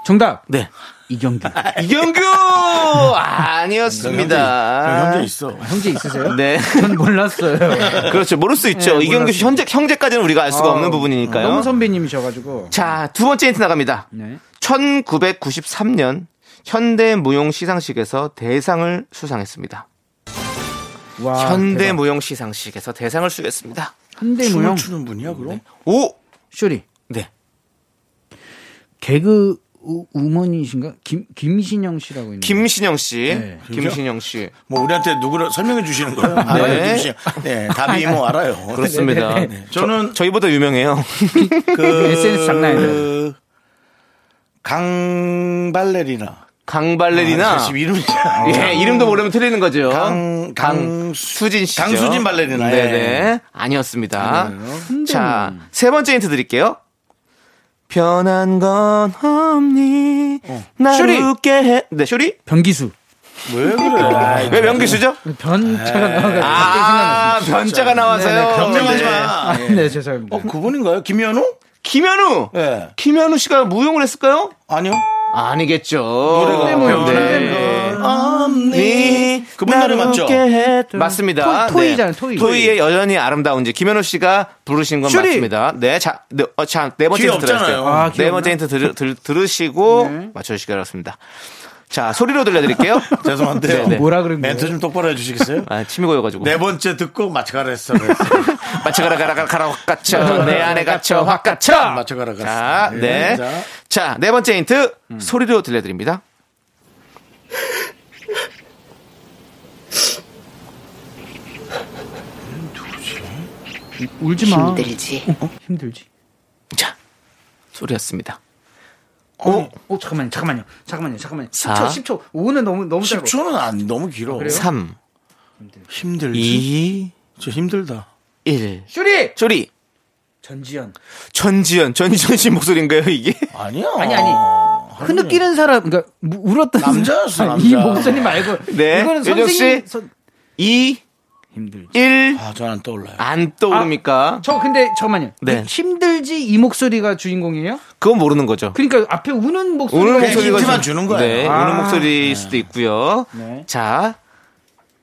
정답.
네.
이경규.
이경규 아니었습니다.
형제 있어.
형제 있으세요?
네.
전 몰랐어요.
그렇죠. 모를 수 있죠.
네,
이경규 씨 현재 형제까지는 우리가 알 수가
아,
없는 부분이니까요.
너무 선배님이셔가지고.
자, 두 번째 힌트 나갑니다.
네.
1993년 현대무용 시상식에서 대상을 수상했습니다.
와, 대박.
현대무용 시상식에서 대상을 수겠습니다.
현대무용
추는 분이야
네.
그럼?
오,
쇼리
네,
개그 우, 우먼이신가? 김 김신영 씨라고 있는.
김신영 씨,
네.
김신영 씨,
뭐 우리한테 누구를 설명해 주시는 거예요? 알아요, 김 씨. 네, 답이 뭐 알아요.
그렇죠? 네,
그렇습니다.
저는
저, 희보다 유명해요.
그
SNS 장난 아니에요.
강발레리나.
강발레리나.
아, 이름이 잘-
예, 이름도 모르면 틀리는 거죠.
강- 강-
수진 씨.
강수진 발레리나, 예.
네네. 아니었습니다. 자, 세 번째 힌트 드릴게요. 변한 건 없니? 나
쇼리!
웃게 해. 네, 쇼리?
변기수.
왜 그래? 아이,
왜 명기수죠?
변자가 나와가지고.
네. 아, 변자가 나와서요.
변명하지
네.
마.
아, 네 죄송합니다.
어, 그분인가요? 김현우?
김현우!
예.
김현우 씨가 무용을 했을까요?
아니요.
네. 아니겠죠.
노래가
네.
언니. 그분 노래 맞죠?
맞습니다.
네, 토- 토이잖아요, 토이.
의 여전히 아름다운지 김현우 씨가 부르신 건
슈리.
맞습니다. 네, 자, 네, 어, 자, 네 번째
귀에
힌트 들었어요.
없잖아요. 아,
네 번째 힌트 들, 들, 들으시고
네.
맞춰주시기 바랍니다. 자, 소리로 들려드릴게요.
죄송한데요.
네, 네.
뭐라 그런 거예요?
멘트 좀 똑바로 해주시겠어요?
아, 침이 고여가지고.
네 번째 듣고 맞춰가라 했어.
맞춰가라, 가라, 가라, 가라, 확 갇혀. 내 안에 갇혀, 네, 확 갇혀.
맞춰가라 갔어.
자, 네.
자.
자, 네 번째 힌트. 소리로 들려드립니다.
음, 울지 마. 어? 힘들지.
자, 소리였습니다.
어, 어 잠깐만요, 잠깐만요, 잠깐만요, 잠깐만요. 10초,
사.
10초. 5는 너무 너무 짧아.
10초는 안, 너무 길어.
3,
힘들지.
2,
저 힘들다.
1.
슈리.
쇼리.
전지현.
전지현, 전지현 씨 목소리인가요, 이게?
아니야.
아니, 아니. 흐느끼는 사람, 그러니까 무- 울었던
남자였어,
사람.
남자.
이 목소리 말고.
네,
이거는
윤정 씨.
선생님. 선...
2,
힘들지.
1,
아, 전안 떠올라요.
안 떠오릅니까?
아, 저 근데 잠깐만요.
네.
이 힘들지 이 목소리가 주인공이에요?
그건 모르는 거죠.
그러니까 앞에 우는 목소리가
우는
그냥
목소리가
힌트만
주-
주는 거예요.
네,
아.
우는 목소리일 수도 있고요.
네.
자,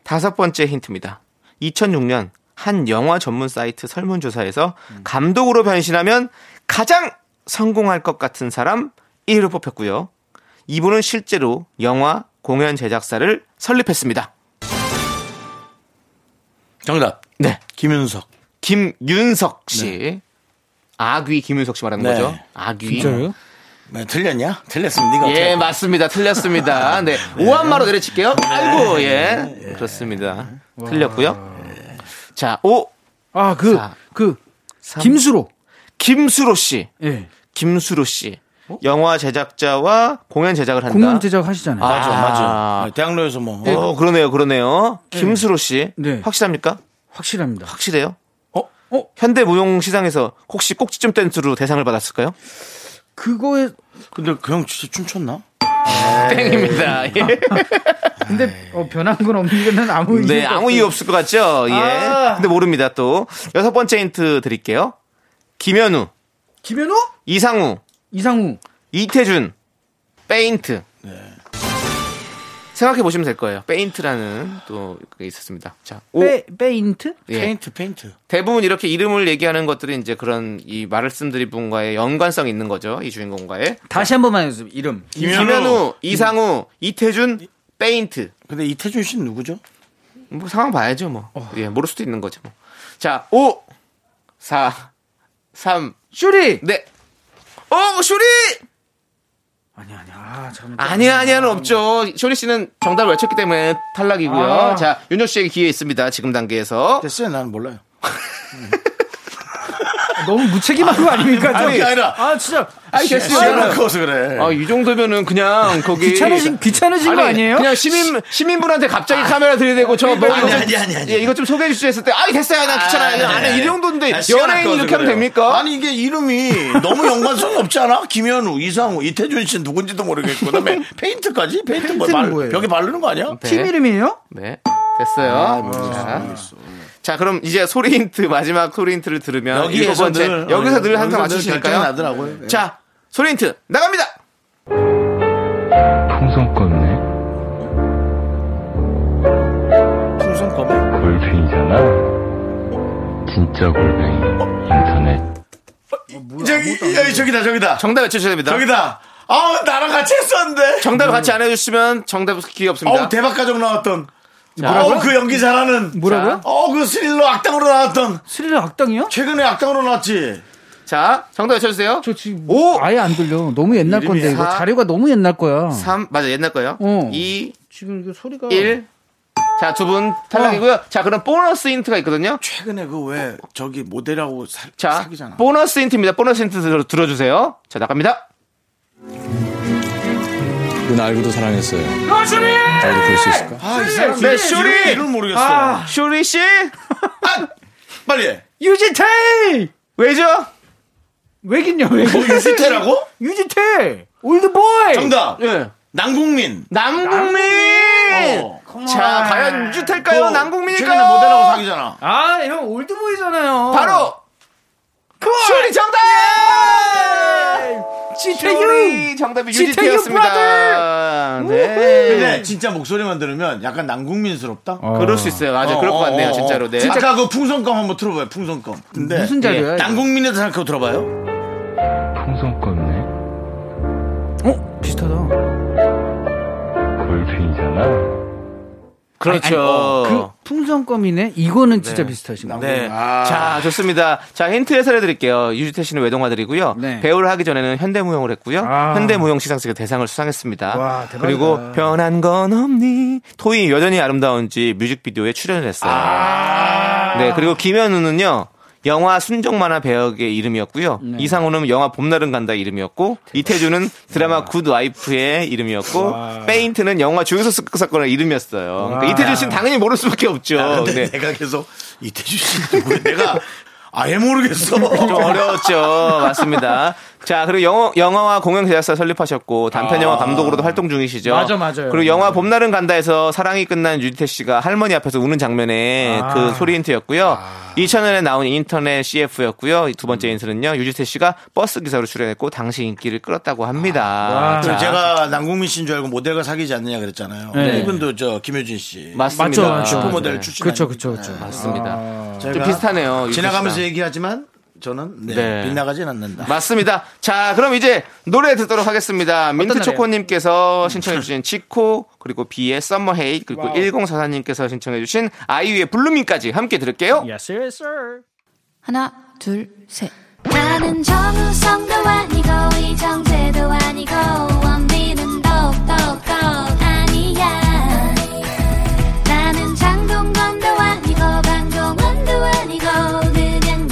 다섯 번째 힌트입니다. 2006년 한 영화 전문 사이트 설문조사에서
음.
감독으로 변신하면 가장 성공할 것 같은 사람 1위로 뽑혔고요. 이분은 실제로 영화 공연 제작사를 설립했습니다.
정답.
네.
김윤석.
김윤석 씨. 아귀 김윤석 씨 말하는
네.
거죠? 아귀.
네. 진짜요?
네, 틀렸냐? 틀렸으면 네가
예,
어떻게
맞습니다. 틀렸습니다. 네. 오한마로 내려칠게요.
네.
아이고, 예. 그렇습니다. 틀렸고요. 자, 오.
아, 그,
사,
그,
삼.
김수로.
김수로 씨.
예. 어?
김수로 씨. 영화 제작자와 공연 제작을 한다.
공연 제작 하시잖아요.
아,
맞아, 맞아. 네, 대학로에서 뭐. 어,
어, 그러네요. 그러네요. 김수로 씨.
네.
확실합니까?
확실합니다.
확실해요?
어? 어?
현대 무용 시장에서 혹시 꼭지점 댄스로 대상을 받았을까요?
그거에,
근데 그 형 진짜 춤췄나?
땡입니다. 예.
근데 어, 변한 건 없는 거는 아무 이유
네, 아무 이유 없을 것 같죠? 예.
아.
근데 모릅니다, 또. 여섯 번째 힌트 드릴게요. 김현우,
김현우?
이상우,
이상우. 네.
이태준, 페인트. 생각해 보시면 될 거예요. 페인트라는 또 그게 있었습니다. 자, 오.
빼, 빼인트?
예.
페인트, 페인트.
대부분 이렇게 이름을 얘기하는 것들이 이제 그런 이 말씀드린 분과의 연관성이 있는 거죠. 이 주인공과의.
다시 한 번만 해주세요. 이름.
김현우, 이상우, 이태준, 페인트.
근데 이태준 씨는 누구죠?
뭐 상황 봐야죠, 뭐. 예, 모를 수도 있는 거죠, 뭐. 자, 오, 사, 삼.
슈리!
네. 어, 쇼리!
아니, 아니, 아, 잠깐만.
아니야, 아니야는 없죠. 쇼리 씨는 정답을 외쳤기 때문에 탈락이고요.
아.
자, 윤정 씨에게 기회 있습니다. 지금 단계에서.
됐어요, 나는 몰라요.
너무 무책임한 거 아닙니까?
아니,
저기?
아니라.
아, 진짜.
아니,
네, 시원한 거서 그래.
아, 이 정도면은 그냥 거기.
네. 귀찮으신, 귀찮으신 거 아니에요? 아.
그냥 시민, 시민분한테 갑자기 카메라 들이대고 저 뭐.
아니,
이거 좀-
아니, 아니, 아니.
예, 이거 좀 소개해 주시 했을 때, 아이, 됐어요. 나 귀찮아요. 아니, 아니, 이 정도인데.
네. 아, 시원한
연예인
거죠,
이렇게 하면
그래요.
됩니까?
아니 이게 이름이 너무 연관성이 없지 않아? 김현우, 이상우, 이태준 씨는 누군지도 모르겠고 그다음에 페인트까지 페인트 뭐, 말,
뭐예요?
벽에 바르는 거 아니야?
네.
팀 이름이에요? 아,
네. 됐어요. 자. 자, 그럼 이제 소리 힌트, 마지막 소리 힌트를 들으면. 일곱
여기에서
번째.
늘
여기서
어,
늘 항상
여기서 늘 결정이
맞추시니까요.
나더라고요. 예.
자, 소리 힌트 나갑니다.
골뱅이잖아. 진짜 골뱅이 인터넷.
어,
저기, 여기, 저기다, 저기다.
정답 외쳐주셔야 됩니다.
저기다. 아우, 나랑 같이 했었는데.
정답을 같이 안 해주시면 정답 기회 없습니다.
어우, 대박 가족 나왔던.
뭐라고요?
어우, 그 연기 잘하는.
뭐라고요?
어우, 그 스릴러 악당으로 나왔던.
스릴러 악당이요?
최근에 악당으로 나왔지.
자, 정답 외쳐주세요.
저 지금 아예 안 들려. 너무 옛날
이름이
건데 이거
사-
자료가 너무 옛날 거야.
3, 맞아, 옛날 거예요.
어.
2,
지금 이거 소리가
1. 자, 두 분 탈락이고요.
어.
자, 그럼 보너스 힌트가 있거든요.
최근에 그 왜 저기 모델하고 사,
자,
기잖아
보너스 힌트입니다. 보너스 힌트 들- 들어주세요. 자, 나갑니다.
넌 알고도 사랑했어요. 나도 볼 수 있을까?
아, 이
사람 네, 쇼리!
이름 모르겠어.
아, 쇼리 씨?
빨리 해.
유지태!
왜죠?
왜긴요, 왜
뭐, 유지태라고?
유지태! 올드보이!
정답.
예.
남궁민.
남궁민!
어.
자, 과연 유지태일까요?
그 최근에
남궁민일까요?
모델하고 사귀잖아.
아, 형 올드보이잖아요.
바로! 쇼리 정답!
예!
쇼리 정답이 유지태였습니다.
근데
네.
진짜 목소리만 들으면 약간 남궁민스럽다.
그럴 수 있어요. 맞아요. 그럴 것 같네요, 진짜로. 네.
아까 그 풍선껌 한번 들어봐요. 풍선껌. 근데
무슨 자료야? 이거?
남궁민에 대해서 생각 들어봐요.
풍선껌네.
어? 비슷하다.
골뱅이잖아.
아,
그렇죠.
그 풍선껌이네? 이거는 진짜 비슷하신 거.
네.
아.
자, 좋습니다. 자, 힌트를 살려드릴게요. 유지태 씨는 외동아들이고요.
네.
배우를 하기 전에는 현대무용을 했고요.
아.
현대무용 시상식에 대상을 수상했습니다.
와, 대박이다.
그리고 변한 건 없니? 토이 여전히 아름다운지 뮤직비디오에 출연을 했어요.
아.
네. 그리고 김현우는요. 영화 순정만화 배역의 이름이었고요.
네.
이상호는 영화 봄날은 간다 이름이었고 이태준은 드라마 굿와이프의 이름이었고 페인트는 영화 주유소 습격 사건의 이름이었어요. 그러니까 이태준 씨는 당연히 모를 수밖에 없죠.
아,
근데
네.
내가 계속 이태주 씨 누구야? 내가 아예 모르겠어.
좀 어려웠죠. 맞습니다. 자, 그리고 영어, 영화와 공연 제작사 설립하셨고, 단편 영화 감독으로도 활동 중이시죠.
아. 맞아, 맞아요. 네.
그리고 영화 봄날은 간다에서 사랑이 끝난 유지태 씨가 할머니 앞에서 우는 장면의
아.
그 소리 힌트였고요. 2000년에 나온 인터넷 CF였고요. 두 번째
음.
힌트는요, 유지태 씨가 버스 기사로 출연했고, 당시 인기를 끌었다고
아.
합니다.
그리고 제가 남궁민 씨인 줄 알고 모델과 사귀지 않느냐 그랬잖아요.
네.
이분도 저 김효진 씨.
맞습니다.
맞죠.
슈퍼모델
네.
출신.
그쵸,
아닙니까?
그쵸, 그쵸.
맞습니다.
아.
제가
좀 비슷하네요. 유지태
지나가면서
씨랑.
얘기하지만 저는 네,
네.
빗나가진 않는다.
맞습니다. 자, 그럼 이제 노래 듣도록 하겠습니다.
노래요?
민트초코님께서 신청해주신 지코, 그리고 비의 썸머 헤이, 그리고 1044님께서 신청해주신 아이유의 블루밍까지 함께 들을게요.
Yes, yes, sir.
하나, 둘, 셋.
나는 정우성도 아니고 이정재도 아니고 원빈은 더욱더 아니야 나는 장동건도 아니고 강동원도 아니고 그냥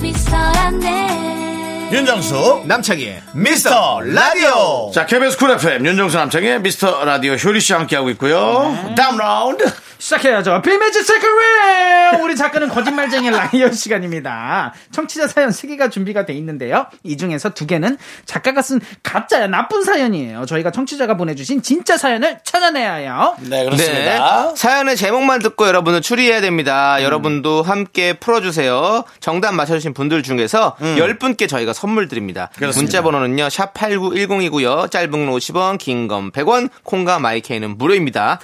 미스터 미스터란데
윤정수 남창희의 미스터 라디오 자 KBS 쿨 FM 윤정수 남창희의 미스터 라디오 효리 씨와 함께하고 있고요
네.
다음 라운드
시작해야죠. 빌매지 세크레 우리 작가는 거짓말쟁이 라이언 시간입니다. 청취자 사연 3개가 준비가 돼 있는데요. 이 중에서 2개는 작가가 쓴 가짜 나쁜 사연이에요. 저희가 청취자가 보내주신 진짜 사연을 찾아내야 해요.
네 그렇습니다 음.
네. 사연의 제목만 듣고 여러분은 추리해야 됩니다. 여러분도 함께 풀어주세요. 정답 맞춰주신 분들 중에서
음.
10분께 저희가 선물 드립니다. 문자 번호는요, 샵8910이고요. 짧은 건 50원, 긴 건 100원, 콩과 마이케이는 무료입니다.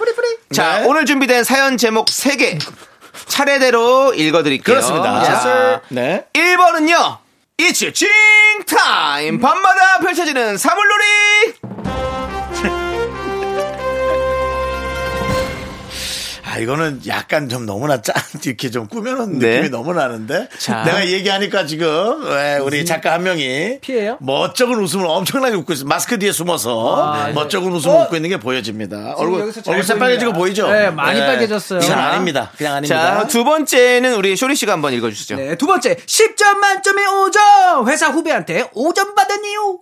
자,
네.
오늘 준비된 사연 제목 3개. 차례대로 읽어드릴게요.
그렇습니다
자,
네
1번은요, It's Ching Time! 밤마다 펼쳐지는 사물놀이!
아, 이거는 약간 좀 너무나 짠, 이렇게 좀 꾸며놓은
네.
느낌이 너무 나는데.
자.
내가 얘기하니까 지금, 예, 우리 작가 한 명이.
피해요?
멋쩍은 웃음을 엄청나게 웃고 있어. 마스크 뒤에 숨어서
아, 네.
멋쩍은 웃음을 웃고 있는 게 보여집니다. 얼굴,
여기서 잘
얼굴 새빨개지고 보이죠?
네, 많이 빨개졌어요.
이건
자.
아닙니다. 그냥 아닙니다.
자, 두 번째는 우리 쇼리 씨가 한번 읽어주시죠.
네, 두 번째 10점 만점에 5점 회사 후배한테 5점 받은 이유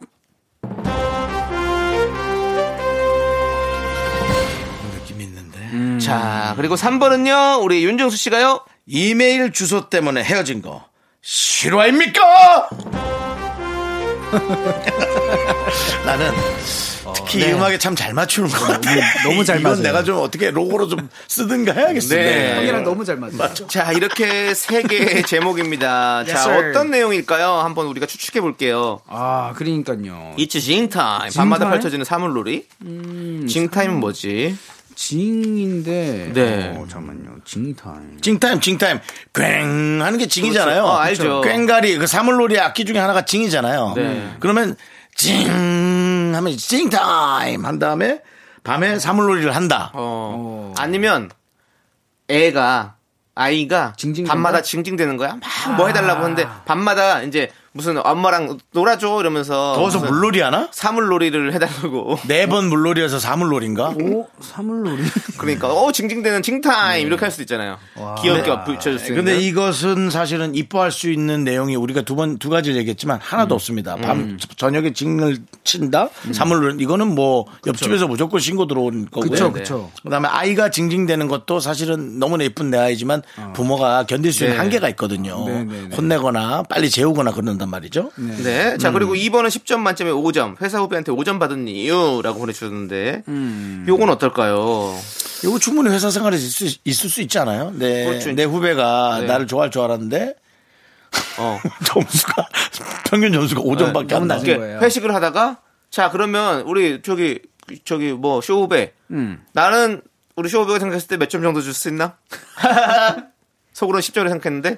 느낌이 있는데.
자, 그리고 3번은요, 우리 윤정수 씨가요.
이메일 주소 때문에 헤어진 거. 실화입니까? 나는
어,
특히 이 음악에 참 잘 맞추는 것 같아.
네. 너무 잘
이건
맞아요.
내가 좀 어떻게 로고로 좀 쓰든가 해야겠어.
네.
네.
형이랑 너무 잘 맞아.
자, 이렇게 세 개의 제목입니다. 자,
sir.
어떤 내용일까요? 한번 우리가 추측해 볼게요.
아, 그러니까요.
It's 징타임.
징타임?
밤마다
음,
펼쳐지는 사물놀이. 징타임은 뭐지?
징인데.
네.
어, 잠깐만요. 징타임.
징타임, 징타임. 꽹 하는 게 징이잖아요.
그렇죠. 어, 알죠.
꽹가리, 그 사물놀이 악기 중에 하나가 징이잖아요.
네.
그러면 징 하면 징타임 한 다음에 밤에 사물놀이를 한다.
어,
아니면 애가 아이가 밤마다 징징대는 거야. 막
아.
뭐 해달라고 하는데 밤마다 이제 무슨 엄마랑 놀아줘 이러면서
더워서
무슨
물놀이 하나?
사물놀이를 해달라고
네 번 물놀이여서 사물놀이인가?
오 사물놀이
그러니까 어 징징대는 징타임 이렇게 할 수 있잖아요. 귀엽게 어, 붙여줄 수 있는.
근데 이것은 사실은 이뻐할 수 있는 내용이 우리가 두 번 두 가지를 얘기했지만 하나도 없습니다. 밤
음.
저- 저녁에 징을 친다, 사물로 이거는 뭐 옆집에서 무조건 신고 들어온 거고요. 네.
그쵸, 그쵸.
그다음에 아이가 징징대는 것도 사실은 너무나 예쁜 내 아이지만 부모가 견딜 수 있는
네.
한계가 있거든요.
네, 네,
혼내거나 빨리 재우거나 그런단 말이죠.
네. 자,
음.
그리고 2번은 10점 만점에 5점. 회사 후배한테 5점 받은 이유라고 보내주셨는데, 요건 어떨까요?
이거 충분히 회사 생활에 있을 수, 있을 수 있지 않아요? 내,
그렇죠.
내 후배가
네.
나를 좋아할 줄 알았는데
어.
점수가 평균 점수가 5점밖에
네,
안 나.
이렇게 회식을 하다가, 자, 그러면 우리 저기, 저기 뭐, 쇼 후배.
음.
나는 우리 쇼 후배가 생각했을 때 몇 점 정도 줄 수 있나? 속으로는 10점을 생각했는데,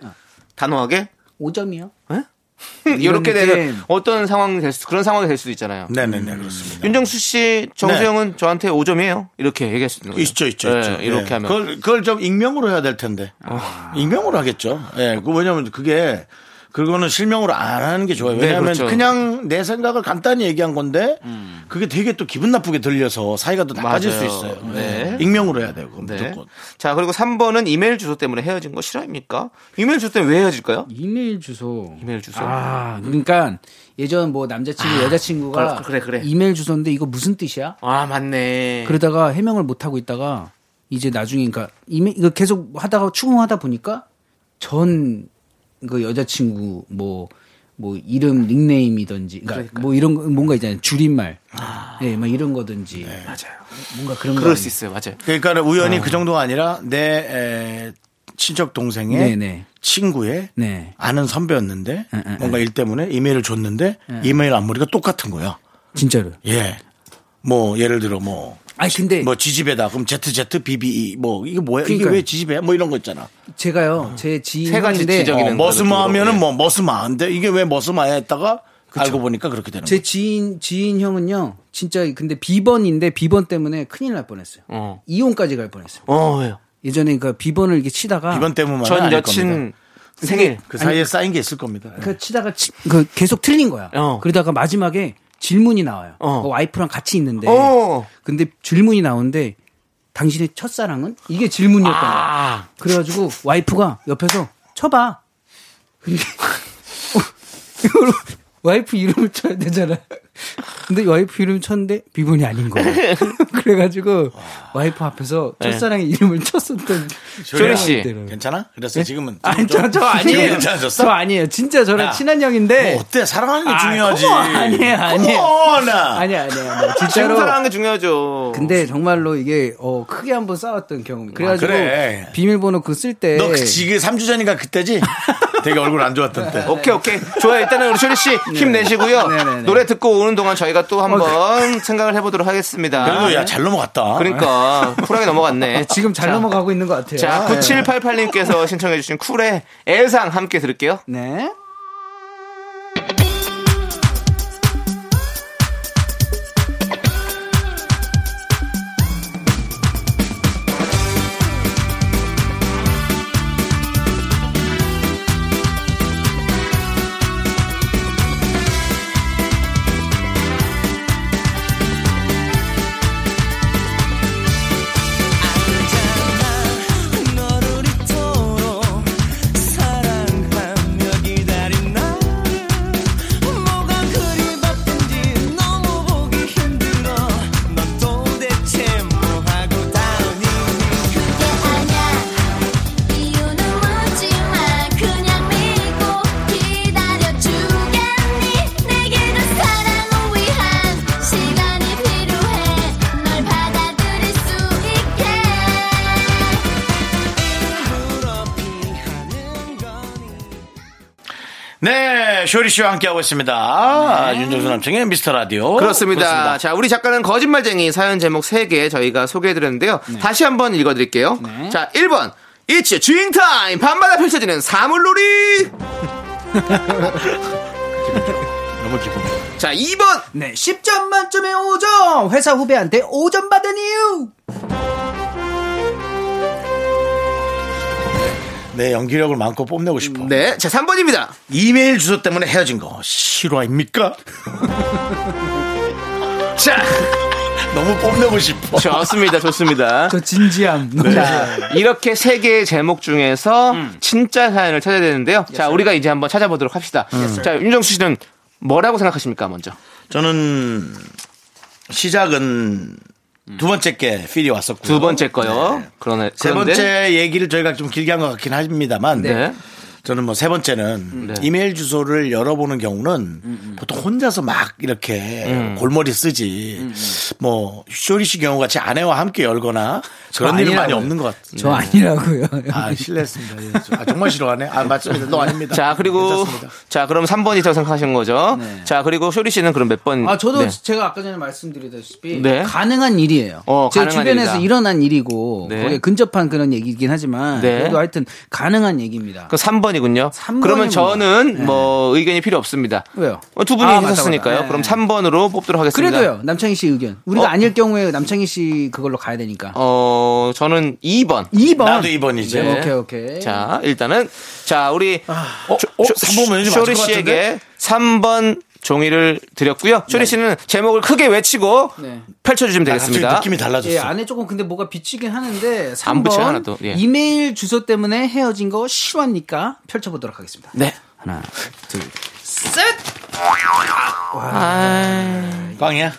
단호하게. 예?
5점이요?
이렇게
이런
되는
느낌.
어떤 상황이 될 수, 그런 상황이 될 수도 있잖아요.
네네네 그렇습니다.
윤정수 씨, 정수영은 저한테 5점이에요. 이렇게 얘기할 수 있는 거죠.
네. 있죠, 있죠,
네,
있죠.
이렇게
네.
하면. 아.
그걸, 그걸 좀 익명으로 해야 될 텐데. 익명으로 하겠죠. 예, 그 왜냐면 그게 그거는 실명으로 안 하는 게 좋아요.
네,
왜냐하면
그렇죠. 음.
그냥내 생각을 간단히 얘기한 건데 그게 되게 또 기분 나쁘게 들려서 사이가 또 나빠질
맞아요.
수 있어요. 예,
네.
익명으로 해야 돼요. 그건
네.
무조건.
자, 그리고 3번은 이메일 주소 때문에 헤어진 거 싫어합니까? 이메일 주소 때문에 왜 헤어질까요?
이메일 주소.
이메일 주소.
아, 그러니까 예전 뭐 남자친구, 여자친구가
아, 그래, 그래.
이메일 주소인데 이거 무슨 뜻이야?
아, 맞네.
그러다가 해명을 못 하고 있다가 아, 이제 나중에 그러니까 이메 이거 계속 하다가 추궁하다 보니까 전 그 여자친구 뭐 뭐 이름 닉네임이든지 그러니까 뭐 이런 거 뭔가 있잖아요 줄임말 예, 막 이런 거든지 맞아요 뭔가 그런
그럴
거
수 있어요. 맞아요.
그러니까 우연히 그 정도가 아니라 내 에, 친척 동생의
네네.
친구의
네.
아는 선배였는데
응,
뭔가 일 때문에 이메일을 줬는데
네.
이메일 앞머리가 똑같은 거야.
진짜로
예. 뭐 예를 들어 뭐
아니 근데
뭐 지지배다. 그럼 ZZBBE 뭐 이게 뭐야? 이게
그러니까요.
왜 지지배야? 뭐 이런 거 있잖아.
제가요 제 지인
세 가지
형인데
지적이네.
어, 머스마 하면은 뭐 머스마인데 이게 왜 머스마야 했다가 알고 보니까 그렇게 되는 거야.
제 지인 지인 형은요 진짜 근데 비번인데 비번 때문에 큰일 날 뻔했어요
어.
이혼까지 갈 뻔했어요
어, 왜요?
예전에 그 비번을 이렇게 치다가
이번 때문만
전
전
여친
겁니다.
생일.
그 사이에 쌓인 게 있을 겁니다.
그 치다가 치- 그 계속 틀린 거야.
어.
그러다가 마지막에 질문이 나와요.
어.
그 와이프랑 같이 있는데.
어.
근데 질문이 나오는데 당신의 첫사랑은 이게 질문이었던 거야.
아,
그래가지고 와이프가 옆에서 쳐봐. 근데 이걸로 와이프 이름을 쳐야 되잖아. 근데 와이프 이름 쳤는데 비번이 아닌 거야. 그래가지고 와이프 앞에서 첫사랑의 이름을 쳤었던
조리 씨.
때는.
괜찮아? 그래서 지금은
네. 아니
좀-
저, 저
지금
아니에요.
괜찮아졌어?
저 아니에요. 진짜 저랑
야,
친한 형인데.
뭐 어때? 사랑하는 게
아,
중요하지.
come on. 아니에요, 아니에요.
Come on.
아니 아니 아니
지금
진짜로
사랑하는 게 중요하죠.
근데 정말로 이게 어 크게 한번 싸웠던 경험 그래가지고
그래.
비밀번호 그 쓸 때
너 그- 지금 3주 전인가 그때지? 되게 얼굴 안 좋았던 때.
네. 오케이, 오케이. 좋아요. 일단은 우리 쇼리 씨 힘내시고요.
네, 네, 네.
노래 듣고 오는 동안 저희가 또 한번 생각을 해보도록 하겠습니다.
아,
그래도
네.
야 잘 넘어갔다.
그러니까 쿨하게 넘어갔네.
지금 잘
자,
넘어가고 있는 것 같아요.
자, 9788님께서 신청해주신 쿨의 애상 함께 들을게요.
네.
너를 이토록 사랑하며 기다려
네, 쇼리 씨와 함께하고 있습니다. 아,
네.
윤정수 남청의 미스터 라디오.
그렇습니다. 자, 우리 작가는 거짓말쟁이 사연 제목 3개 저희가 소개해드렸는데요. 다시 한번 읽어드릴게요. 자, 1번. 이츠 주인타임! 밤마다 펼쳐지는 사물놀이!
너무 기분
자, 2번.
네, 10점 만점에 5점. 회사 후배한테 5점 받은 이유.
내 연기력을 많고 뽐내고 싶어.
네, 제 3번입니다.
이메일 주소 때문에 헤어진 거 실화입니까? 자, 너무 뽐내고 싶어.
좋습니다, 좋습니다.
저 진지함. 네.
자, 이렇게 세 개의 제목 중에서
음.
진짜 사연을 찾아야 되는데요. 자, 우리가 이제 한번 찾아보도록 합시다. 자, 윤정수 씨는 뭐라고 생각하십니까, 먼저?
저는 시작은 두 번째 게 필이 왔었고
네.
두 번째 거요. 그러네.
세
그런데-
번째 얘기를 저희가 좀 길게 한 것 같긴 합니다만
네.
저는 뭐 세 번째는
네.
이메일 주소를 열어보는 경우는 보통 혼자서 막 이렇게
음.
골머리 쓰지 뭐 쇼리 씨 경우 같이 아내와 함께 열거나 그런 일은 많이
아니라고요.
없는 것 같아요. 네.
저 아니라고요.
아 실례했습니다. 예. 아, 정말 싫어하네. 아 맞습니다. 너 아닙니다.
자, 그리고 자, 그럼 3번이라고 생각하신 거죠. 자, 그리고 쇼리 씨는 그럼 몇 번?
네. 아, 저도
네.
제가 아까 전에 말씀드리다시피
네.
가능한 일이에요.
어,
제
가능한
주변에서
일이다.
일어난 일이고
네.
거기에 근접한 그런 얘기이긴 하지만
네.
그래도 하여튼 가능한 얘기입니다.
그 3번이군요. 그러면 저는 뭐 의견이 필요 없습니다.
네. 왜요?
어, 두 분이
아, 맞다,
하셨으니까요.
맞다.
그럼 3번으로 뽑도록 하겠습니다.
그래도요. 남창희 씨 의견. 우리가
어?
아닐 경우에 남창희 씨 그걸로 가야 되니까.
어, 저는 2번.
2번.
나도 2번이지.
네, 오케이, 오케이.
자, 일단은 자, 우리
어, 어, 3번
네.
왠지 맞을
쇼리
것 같은데? 네.
씨에게 3번 종이를 드렸고요. 쇼리 씨는 제목을 크게 외치고
네.
펼쳐 주시면
아, 갑자기
되겠습니다.
느낌이 달라졌어.
예, 안에 조금 근데 뭐가 비치긴 하는데 3번
안 붙여요, 하나 또. 예.
이메일 주소 때문에 헤어진 거 실화입니까? 펼쳐 보도록 하겠습니다.
네.
아,
하나, 둘,
꽝이야.
와,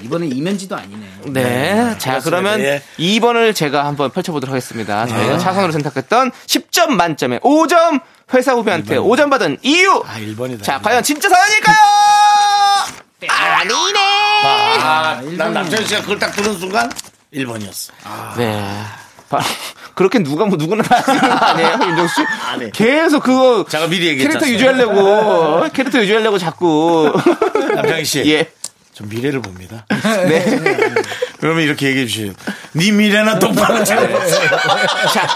이번엔 이면지도 아니네.
네. 자,
그렇습니다.
그러면
예. 아.
2번을 제가 한번 펼쳐보도록 하겠습니다. 저희가 차선으로 선택했던 10점 만점에 5점 회사 후배한테 5점 받은 이유.
아 1번이다.
자, 과연 진짜 사연일까요? 아니네.
아, 난
일본이.
음.
남철 씨가 그걸 딱 들은 순간 1번이었어.
네. 바- 그렇게 누가 뭐 누구나 다 하는 거 아니에요, 윤정수 씨?
네.
계속 그거
제가 미리 얘기했잖아요.
캐릭터 유지하려고 캐릭터 유지하려고 자꾸
남창희 씨.
예.
좀 미래를 봅니다.
네.
그러면 이렇게 얘기해 주세요. 네 미래나 똑바로 잘보세요
자,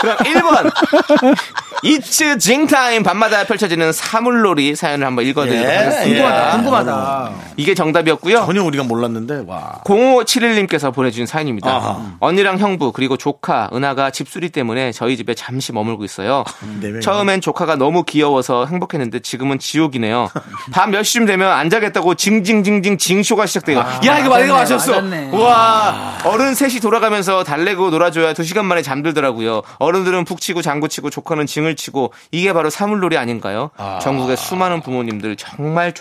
그럼 1번. 이츠 징타임 밤마다 펼쳐지는 사물놀이 사연을 한번 읽어드리도록
예,
하겠습니다.
예.
궁금하다.
이게 정답이었고요.
전혀 우리가 몰랐는데 와.
0571님께서 보내주신 사연입니다.
아하.
언니랑 형부 그리고 조카 은하가 집수리 때문에 저희 집에 잠시 머물고 있어요.
네 명이요?
처음엔 조카가 너무 귀여워서 행복했는데 지금은 지옥이네요. 밤 10시쯤 되면 안 자겠다고 징징징징 징쇼가 시작돼요. 야 이거 맞아
맞았네,
이거 맞았어.
맞았네.
와 어른 셋이 돌아가면서 달래고 놀아줘야 2시간 만에 잠들더라고요. 어른들은 북 치고 장구 치고 조카는 징을 치고 이게 바로 사물놀이 아닌가요? 전국의 수많은 부모님들 정말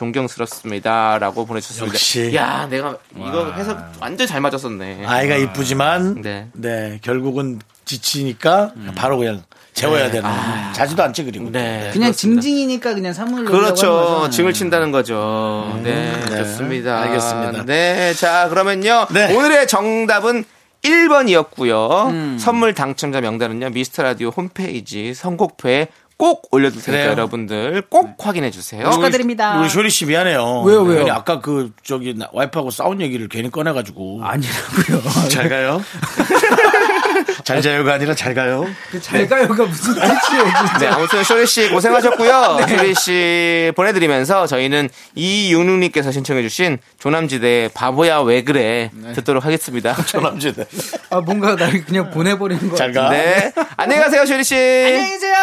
존경스럽습니다라고 보내주셨습니다.
역시.
야 내가 이거 해석 완전 잘 맞았었네.
아이가 이쁘지만 네. 음.
네.
결국은 지치니까 바로 그냥 재워야 되는. 자지도 않지 그리고.
네.
그냥
그렇습니다.
징징이니까 그냥 사물로
그렇죠. 증을 친다는 거죠. 네,
네.
좋습니다.
알겠습니다.
네, 자, 그러면요.
네.
오늘의 정답은 1번이었고요.
음.
선물 당첨자 명단은요. 미스터 라디오 홈페이지 선곡표에 꼭 올려둘 테니까
그래요. 네.
여러분들 꼭 확인해 주세요.
축하드립니다.
우리 쇼리 씨 미안해요.
왜요, 왜요?
괜히 아까 그 저기 나- 와이프하고 싸운 얘기를 괜히 꺼내가지고.
아니라고요.
잘 가요. 잘 자요가 아니라 잘 가요.
잘 가요가 무슨 뜻이에요?
네, 아무튼 쇼리 씨 고생하셨고요.
네.
쇼리 씨 보내드리면서 저희는 이윤웅님께서 신청해주신 조남지대의 바보야 왜 그래
네.
듣도록 하겠습니다.
조남지대.
아 뭔가 나를 그냥 보내버리는 거.
잘 가.
네, 안녕히 가세요, 쇼리 씨.
안녕히 계세요.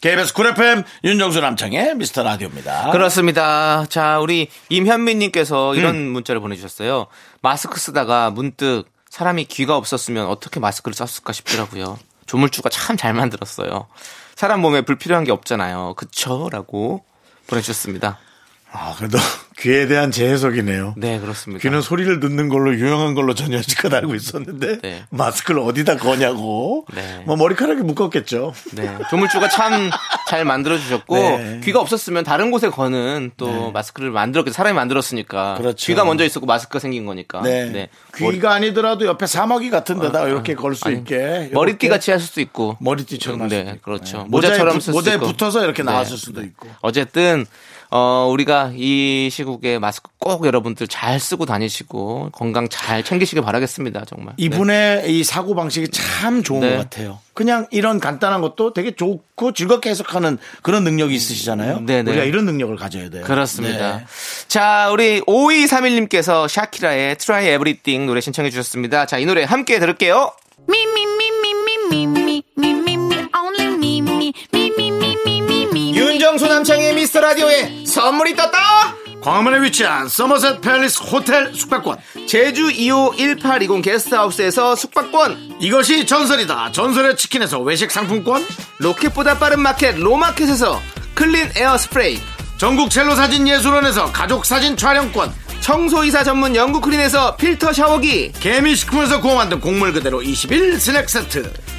KBS 쿨 FM 윤정수 남창의 미스터 라디오입니다.
그렇습니다. 자, 우리 임현민님께서 이런
음.
문자를 보내주셨어요. 마스크 쓰다가 문득 사람이 귀가 없었으면 어떻게 마스크를 썼을까 싶더라고요. 조물주가 참 잘 만들었어요. 사람 몸에 불필요한 게 없잖아요. 그쵸? 라고 보내주셨습니다.
아, 그래도 귀에 대한 재해석이네요.
네, 그렇습니다.
귀는 소리를 듣는 걸로 유용한 걸로 전 여지껏 알고 있었는데
네.
마스크를 어디다 거냐고.
네.
뭐 머리카락이 묶었겠죠.
네. 조물주가 참 잘 만들어주셨고,
네.
귀가 없었으면 다른 곳에 거는 또 마스크를 만들었겠, 사람이 만들었으니까.
그렇죠.
귀가 먼저 있었고 마스크가 생긴 거니까.
네. 귀가 아니더라도 옆에 사마귀 같은 데다가 이렇게 걸 수
아, 아니,
있게
머리띠 같이 할 수도 있고.
머리띠처럼 할 수도
네,
있고.
그렇죠.
네.
모자처럼 쓸
모자에 붙-
수도
모자에
있고.
붙어서 이렇게
네.
나왔을 수도 있고.
어쨌든 어 우리가 이 시국에 마스크 꼭 여러분들 잘 쓰고 다니시고 건강 잘 챙기시길 바라겠습니다. 정말. 네.
이분의 이 사고 방식이 참 좋은
네.
것 같아요. 그냥 이런 간단한 것도 되게 좋고 즐겁게 해석하는 그런 능력이 있으시잖아요.
음, 네네.
우리가 이런 능력을 가져야 돼요.
그렇습니다.
네.
자, 우리 5231님께서 샤키라의 Try Everything 노래 신청해 주셨습니다. 자, 이 노래 함께 들을게요.
Me, me, me, me, me, me, me, me, me, me, only me, me, me, me, me, me, me, me.
윤정수 남창의 미스터 라디오에 선물이 떴다.
광화문에 위치한 서머셋 팰리스 호텔 숙박권.
제주 2호 1820 게스트하우스에서 숙박권.
이것이 전설이다. 전설의 치킨에서 외식 상품권.
로켓보다 빠른 마켓 로마켓에서 클린 에어 스프레이.
전국 첼로 사진 예술원에서 가족 사진 촬영권.
청소이사 전문 영국 크린에서 필터 샤워기.
개미식품에서 구워 만든 곡물 그대로 21 스낵 세트.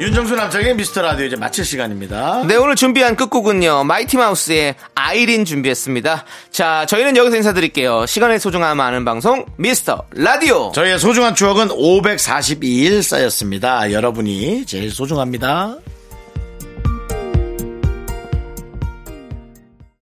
윤정수 남창의 미스터 라디오 이제 마칠 시간입니다.
네, 오늘 준비한 끝곡은요. 마이티 마우스의 아이린 준비했습니다. 자, 저희는 여기서 인사드릴게요. 시간의 소중함 아는 방송, 미스터 라디오.
저희의 소중한 추억은 542일 쌓였습니다. 여러분이 제일 소중합니다.